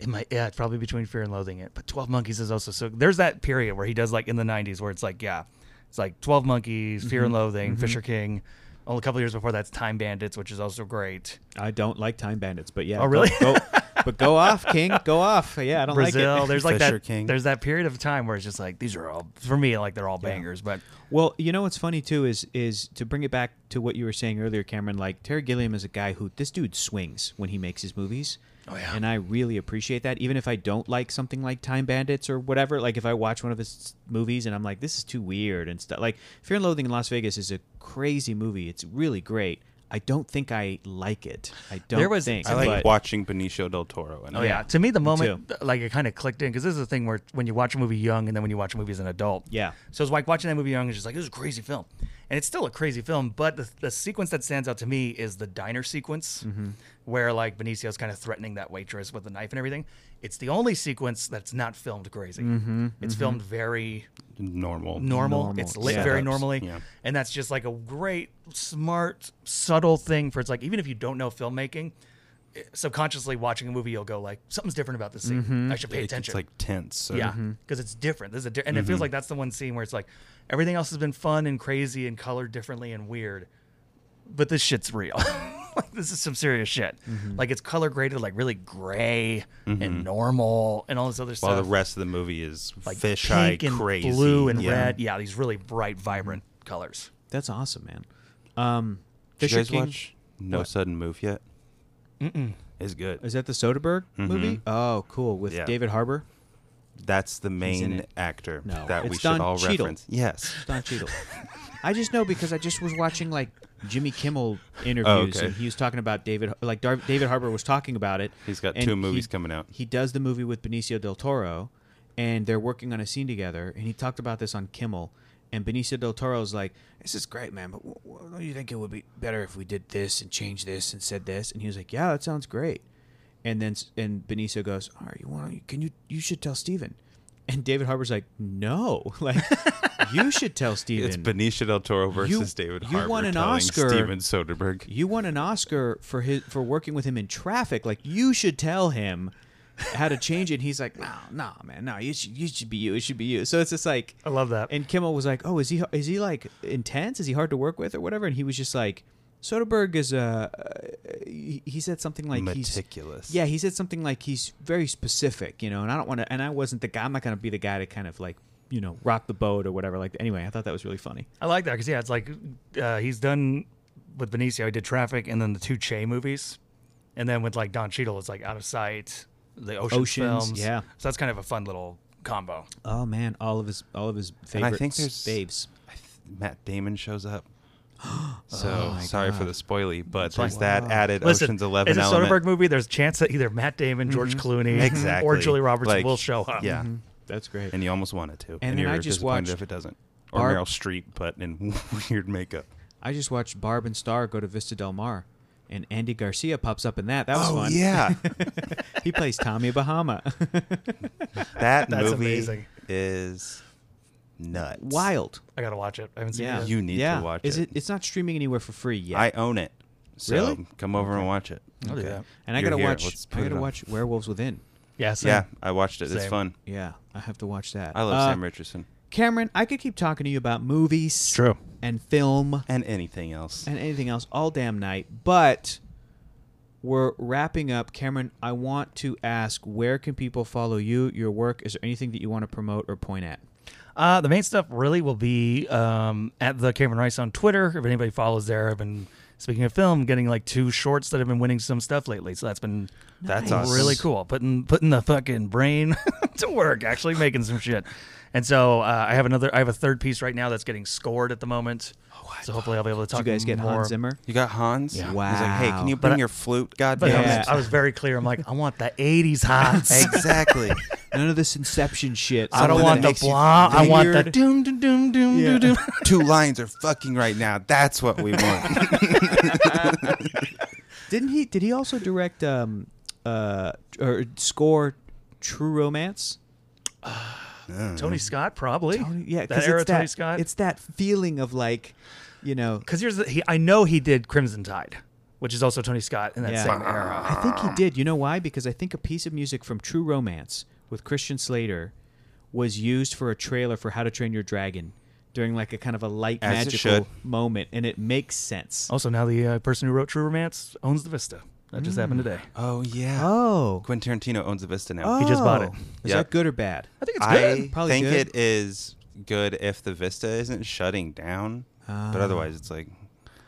it might yeah, it's probably between Fear and Loathing it. But Twelve Monkeys is also so. There's that period where he does like in the '90s where it's like yeah, it's like Twelve Monkeys, Fear
Mm-hmm.
and Loathing, Fisher King. Well, a couple years before that's Time Bandits, which is also great.
I don't like Time Bandits, but yeah.
Oh, really?
Go, go- but go off, King. Go off. Yeah, I don't
Brazil,
like it.
there's like
Fisher
that.
King.
There's that period of time where it's just like these are all for me like they're all bangers, but
Well, you know what's funny too is is to bring it back to what you were saying earlier, Cameron. Like Terry Gilliam is a guy who this dude swings when he makes his movies.
Oh, yeah.
And I really appreciate that. Even if I don't like something like Time Bandits or whatever, like if I watch one of his movies and I'm like, this is too weird and stuff. Like Fear and Loathing in Las Vegas is a crazy movie. It's really great. I don't think I like it. I don't
There was-
think.
I like
but-
watching Benicio del Toro. And
Oh yeah. To me, the moment
too.
th- like it kind of clicked in because this is the thing where when you watch a movie young and then when you watch a movie as an adult.
Yeah.
So it's like watching that movie young is just like this is a crazy film, and it's still a crazy film. But the, the sequence that stands out to me is the diner sequence where like Benicio's kind of threatening that waitress with a knife and everything. It's the only sequence that's not filmed crazy. It's filmed very
normal.
normal.
Normal
It's lit
setups,
very normally.
yeah.
And that's just like a great, smart, subtle thing for it's like, even if you don't know filmmaking, eh, subconsciously watching a movie, you'll go like, something's different about this scene. I should pay
Mm-hmm. It-
attention.
It's like mm-hmm. tense. So
yeah, because it's different. This is a di- and it feels like that's the one scene where it's like everything else has been fun and crazy and colored differently and weird, but this shit's real. like this is some serious shit.
Mm-hmm.
Like it's color graded like really gray and normal and all this other
While
stuff
the rest of the movie is
like
fisheye
pink and
crazy,
blue and
Yeah.
red. Yeah, these really bright, vibrant colors.
That's awesome, man. Um,
Did you
Fisher
guys
King.
watch No
What?
Sudden Move yet? Mm-mm. It's good.
Is that the Soderbergh movie? Oh, cool. With
Mm-hmm. Yeah.
David Harbour,
That's the main
it.
actor
No.
that we
It's
should
Don
all
Cheadle.
reference. Yes.
Don Cheadle. I just know because I just was watching like Jimmy Kimmel interviews,
Oh, okay.
and he was talking about David. Like Dar- David Harbour was talking about it.
He's got
and
two
he-
movies coming out.
He does the movie with Benicio del Toro, and they're working on a scene together. And he talked about this on Kimmel. And Benicio del Toro's like, "This is great, man, but w- w- don't you think it would be better if we did this and changed this and said this?" And he was like, "Yeah, that sounds great." And then s- and Benicio goes, "All right, you want to? Can you? You should tell Steven. And David Harbour's like, "No, like you should tell Steven.
It's Benicio del Toro versus David
you
Harbour.
won an
telling
Oscar.
Steven Soderbergh.
you won an Oscar for his for working with him in traffic. Like you should tell him how to change it." And he's like, "No, no, man, no. You should, you should be you. It should be you." So it's just like,
I love that.
and Kimmel was like, "Oh, is he is he like intense? Is he hard to work with or whatever?" And he was just like, "Soderbergh is a." Uh, he, he said something like
Meticulous.
He's, yeah, he said something like he's very specific, you know. And I don't want to. And I wasn't the guy. I'm not going to be the guy to kind of like you know rock the boat or whatever. Like anyway, I thought that was really funny.
I like that because yeah, it's like uh, he's done with Benicio. He did Traffic and then the two Che movies, and then with like Don Cheadle, it's like Out of Sight, the Ocean
Oceans,
films.
yeah.
so that's kind of a fun little combo.
Oh man, all of his all of his
And
favorite
I think there's
babes.
I th- Matt Damon shows up. So
Oh my
sorry for
God.
the spoily, but
fine.
there's that added
Listen,
Ocean's Eleven
it's a
element. Mm-hmm.
Soderbergh movie. There's a chance that either Matt Damon, George Clooney,
Exactly.
or Julie Roberts
Like,
will show up.
Yeah,
That's great.
and you almost wanted to, and,
Mm-hmm. then
you're
I just
disappointed
watched
if it doesn't. Or
Barb-
Meryl Streep, but in weird makeup.
I just watched Barb and Star go to Vista Del Mar, and Andy Garcia pops up in that. That was
Oh
fun.
yeah,
he plays Tommy Bahama.
that
That's
movie
amazing.
is nuts.
Wild.
I gotta watch it. I haven't seen
Yeah.
it. Yet.
You need to
yeah.
watch
Is
it.
it. It's not streaming anywhere for free yet.
I own it. So
Really?
come over and watch it.
I'll do that.
and I
You're
gotta
here.
watch.
Let's
I
put it
gotta
on.
watch Werewolves Within.
Yeah. same.
Yeah, I watched it. It's
Same.
fun.
Yeah, I have to watch that.
I love
Uh,
Sam Richardson
Cameron, I could keep talking to you about movies.
True.
And film
and anything else.
and anything else all damn night. But we're wrapping up. Cameron, I want to ask where can people follow you, your work? Is there anything that you want to promote or point at?
Uh, the main stuff really will be um, at the Cameron Rice on Twitter. If anybody follows there, I've been speaking of film, getting like two shorts that have been winning some stuff lately. So that's been
That's
been
awesome.
really cool. Putting putting the fucking brain to work, actually making some shit. And so uh, I have another. I have a third piece right now that's getting scored at the moment. so hopefully I'll be able to
Did
talk.
you guys get
more.
Hans Zimmer?
You got Hans.
Yeah.
He's like, hey,
Wow.
can you
But
bring
I-
your flute? God
But
damn
I,
Yeah.
was,
it.
I was very clear. I'm like, I want the '80s Hans.
exactly.
None of this Inception shit.
I don't
Something
want
that
the
makes you
blah. I want the
weird.
doom, doom, doom, doom,
Yeah.
doom, doom.
Two lions are fucking right now. That's what we want.
Didn't he? Did he also direct um, uh, or score True Romance?
Tony Scott, probably.
Tony- yeah,
that
because
era
it's
Tony
that,
Scott.
It's that feeling of like, you know,
Because here's the, he, I know he did Crimson Tide, which is also Tony Scott in that
Yeah. Uh-huh.
same era.
I think he did. You know why? Because I think a piece of music from True Romance with Christian Slater was used for a trailer for How to Train Your Dragon during like a kind of a light
As it should.
magical moment, and it makes sense.
Also, now the uh, person who wrote True Romance owns the Vista. That just happened today.
oh yeah.
Oh,
Quentin Tarantino owns the Vista now.
He just bought it.
Oh. Is
Yep.
that good or bad?
I think it's good.
I
Probably
think
good.
it is good if the Vista isn't shutting down, but
Ah.
otherwise it's like,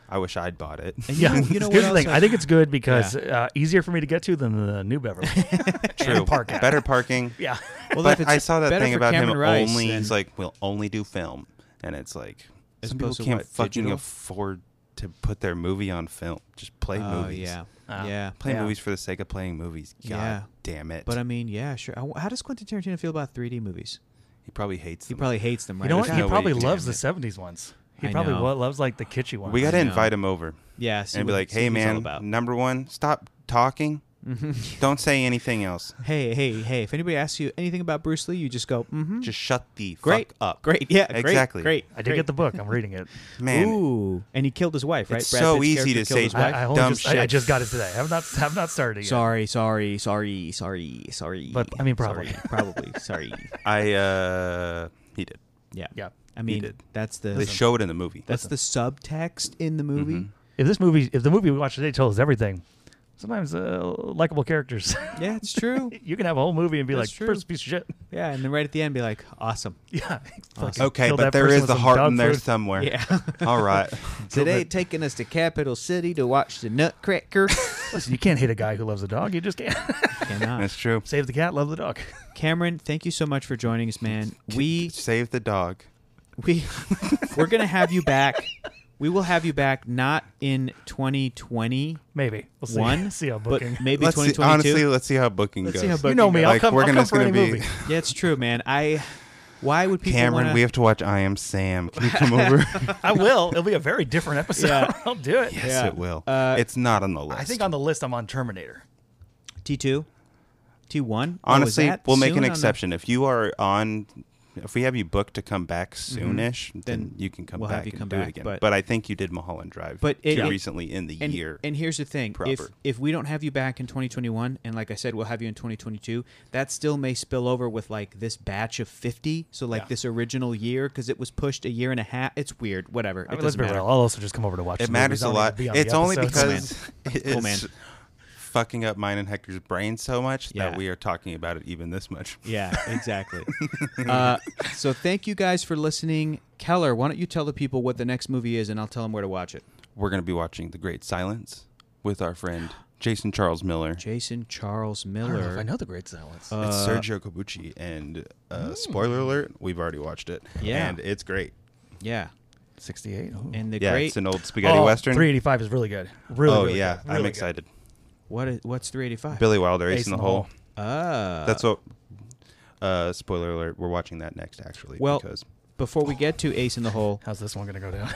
I wish I'd bought it.
And
yeah,
you, you know
here's
what
the thing.
else
I think it's good because uh, easier for me to get to than the New Beverly.
True.
park at.
Better parking.
yeah,
Well, if
but
it's
I saw that
better
thing
for
about him
Cameron Rice,
only.
then-
He's like, we'll only do film, and it's like
As
some people
opposed to
can't
what,
fucking
digital?
afford to put their movie on film. Just play
oh
movies.
yeah,
Ah.
yeah.
Play
Yeah.
movies for the sake of playing movies. God
Yeah.
damn it.
But I mean, yeah, sure. I- How does Quentin Tarantino feel about 3D movies?
he probably hates
He
them.
probably hates them, right?
you know what?
There's
He
no way
probably
you can
loves the
have
'70s ones. He
I
probably
know.
lo- loves like the kitschy ones.
we got to
I know.
invite him over
Yeah, see
and be
what-
like,
see
hey,
what he's all
man,
about. Mm-hmm.
number one, stop talking. Don't say anything else.
hey, hey, hey! If anybody asks you anything about Bruce Lee, you just go, mm-hmm.
Just shut the
Great,
fuck up.
Great, yeah, great,
Exactly.
Great.
I did get the book. I'm reading it.
Man,
Ooh, and he killed his wife, right?
It's
Brad
so
Pitt's
easy
character
to
killed
say-
his
I,
wife.
I, only
Dumb
just, I, I
shit.
just got it today. I've not have not started it yet.
sorry, sorry, sorry, sorry, sorry.
But, I mean, probably.
sorry, probably, sorry.
I, uh, he did.
Yeah,
Yeah.
I mean,
did.
that's the
They show it in the movie.
that's the subtext in the movie.
Mm-hmm.
If this movie, if the movie we watched today told us everything, sometimes uh, likable characters.
Yeah, it's true.
you can have a whole movie and be
That's
like,
true.
first piece of shit.
yeah, and then right at the end, be like, awesome.
Yeah. fucking
okay,
kill
but
that
there
person
is
with
the
some
heart
dog
in there
food.
somewhere.
Yeah.
All right.
Today, taking us to Capital City to watch the Nutcracker.
Listen, you can't hate a guy who loves a dog. You just can't.
Cannot.
That's true.
Save the cat, love the dog.
Cameron, thank you so much for joining us, man. We
Save the dog.
we we're gonna have you back. We will have you back, not in 2020.
Maybe we'll see.
One,
see how
but
booking.
maybe
Let's see,
2022.
honestly, let's see how booking
Let's
goes.
see how
you know me. I'll
Like,
come.
we're
I'll
gonna-
come
it's
for any
gonna be-
movie.
yeah, it's true, man. I why would people
Cameron,
wanna,
we have to watch I Am Sam. Can you come over? yes,
I will. It'll be a very different episode.
Yeah.
I'll do it.
Yeah.
it will.
Uh,
it's not on the list.
I think on the list I'm on Terminator.
T two, T one.
Honestly, we'll make an
exception.
exception. If you are on, if we have you booked to come back soonish, then you can come
Mm-hmm. we'll have
back
you
and
come
do
back,
it again.
but-
But, I think you did Mulholland Drive,
But it-
too
it-
recently in the
and,
year.
And here's the thing: if
proper.
if we don't have you back in 2021, and like I said, we'll have you in 2022, that still may spill over with like this batch of 50. So like
Yeah.
this original year because it was pushed a year and a half. It's weird. Whatever.
I
it
mean, let's
doesn't
be
matter.
real. I'll also just come over to watch.
it
some movies.
matters
I
a
don't
lot.
even be on the
It's only
episodes.
because it
Cool, man.
is fucking up mine and Hector's brain so much
Yeah.
that we are talking about it even this much.
Yeah, exactly. uh, so thank you guys for listening. Keller, why don't you tell the people what the next movie is, and I'll tell them where to watch it.
We're going to be watching The Great Silence with our friend Jason Charles Miller.
Jason Charles
I don't know if
Miller. Uh,
I know the Great Silence.
It's Sergio Cabucci, and uh, spoiler alert, we've already watched it.
Hmm. Yeah.
and it's great.
Yeah,
68.
and the
yeah,
great Oh,
it's an old spaghetti western.
385 Oh, is really good. Really.
oh
really
yeah,
good.
I'm
Really good.
excited.
what is, what's 385?
Billy Wilder, Ace, in the, Hole.
Ah.
That's what. Uh, spoiler alert: We're watching that next, actually.
well.
because
Before we get to Ace in the Hole,
How's this one gonna go down?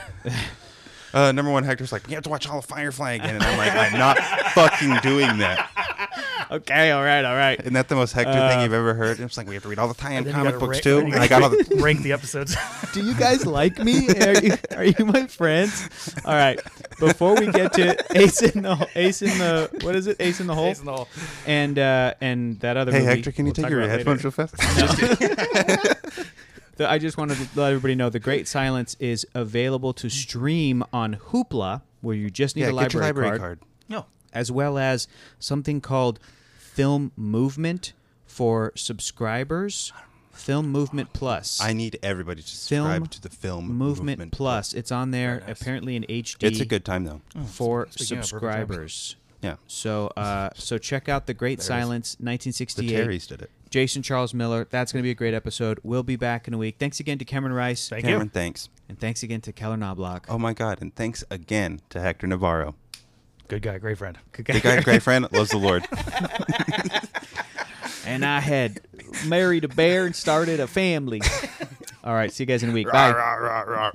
uh, number one, Hector's like, you have to watch all of Firefly again, and I'm like, I'm not fucking doing that.
okay, all right, all right.
Isn't that the most Hector thing you've ever heard? It's like we have to read all the tie-in
Uh, then you
comic
gotta
books
ra-
too.
then you
And I got all the.
rank the episodes.
Do you guys like me? Are you, are you my friends? All right. Before we get to Ace in the Ace in the what is it? Ace in the hole
Ace in the Hole.
and uh, and that other
Hey
movie.
Hector, can you
we'll
take
talk
your
about
headphones
later.
real fast?
The- I just wanted to let everybody know the Great Silence is available to stream on Hoopla, where you just need
yeah,
a library,
get your library card.
No.
as well as something called Film Movement for subscribers. Film Movement Plus.
I need everybody to
Film
subscribe to the film
Movement, Plus. It's on there apparently in HD.
It's a good time though.
Oh,
for
Speaking of perfect timing.
subscribers.
Yeah,
So uh, so check out The Great Silence,
the
1968.
Terrys did it.
Jason Charles Miller. That's going to be a great episode. We'll be back in a week. Thanks again to Cameron Rice.
Thank
Cameron, thanks.
And thanks again to Keller Knobloch.
Oh my God, and thanks again to Hector Navarro.
Good guy, great friend.
Big guy, great friend, loves the Lord.
And I had married a bear and started a family. All right. See you guys in a week. Bye.
Rah, rah, rah.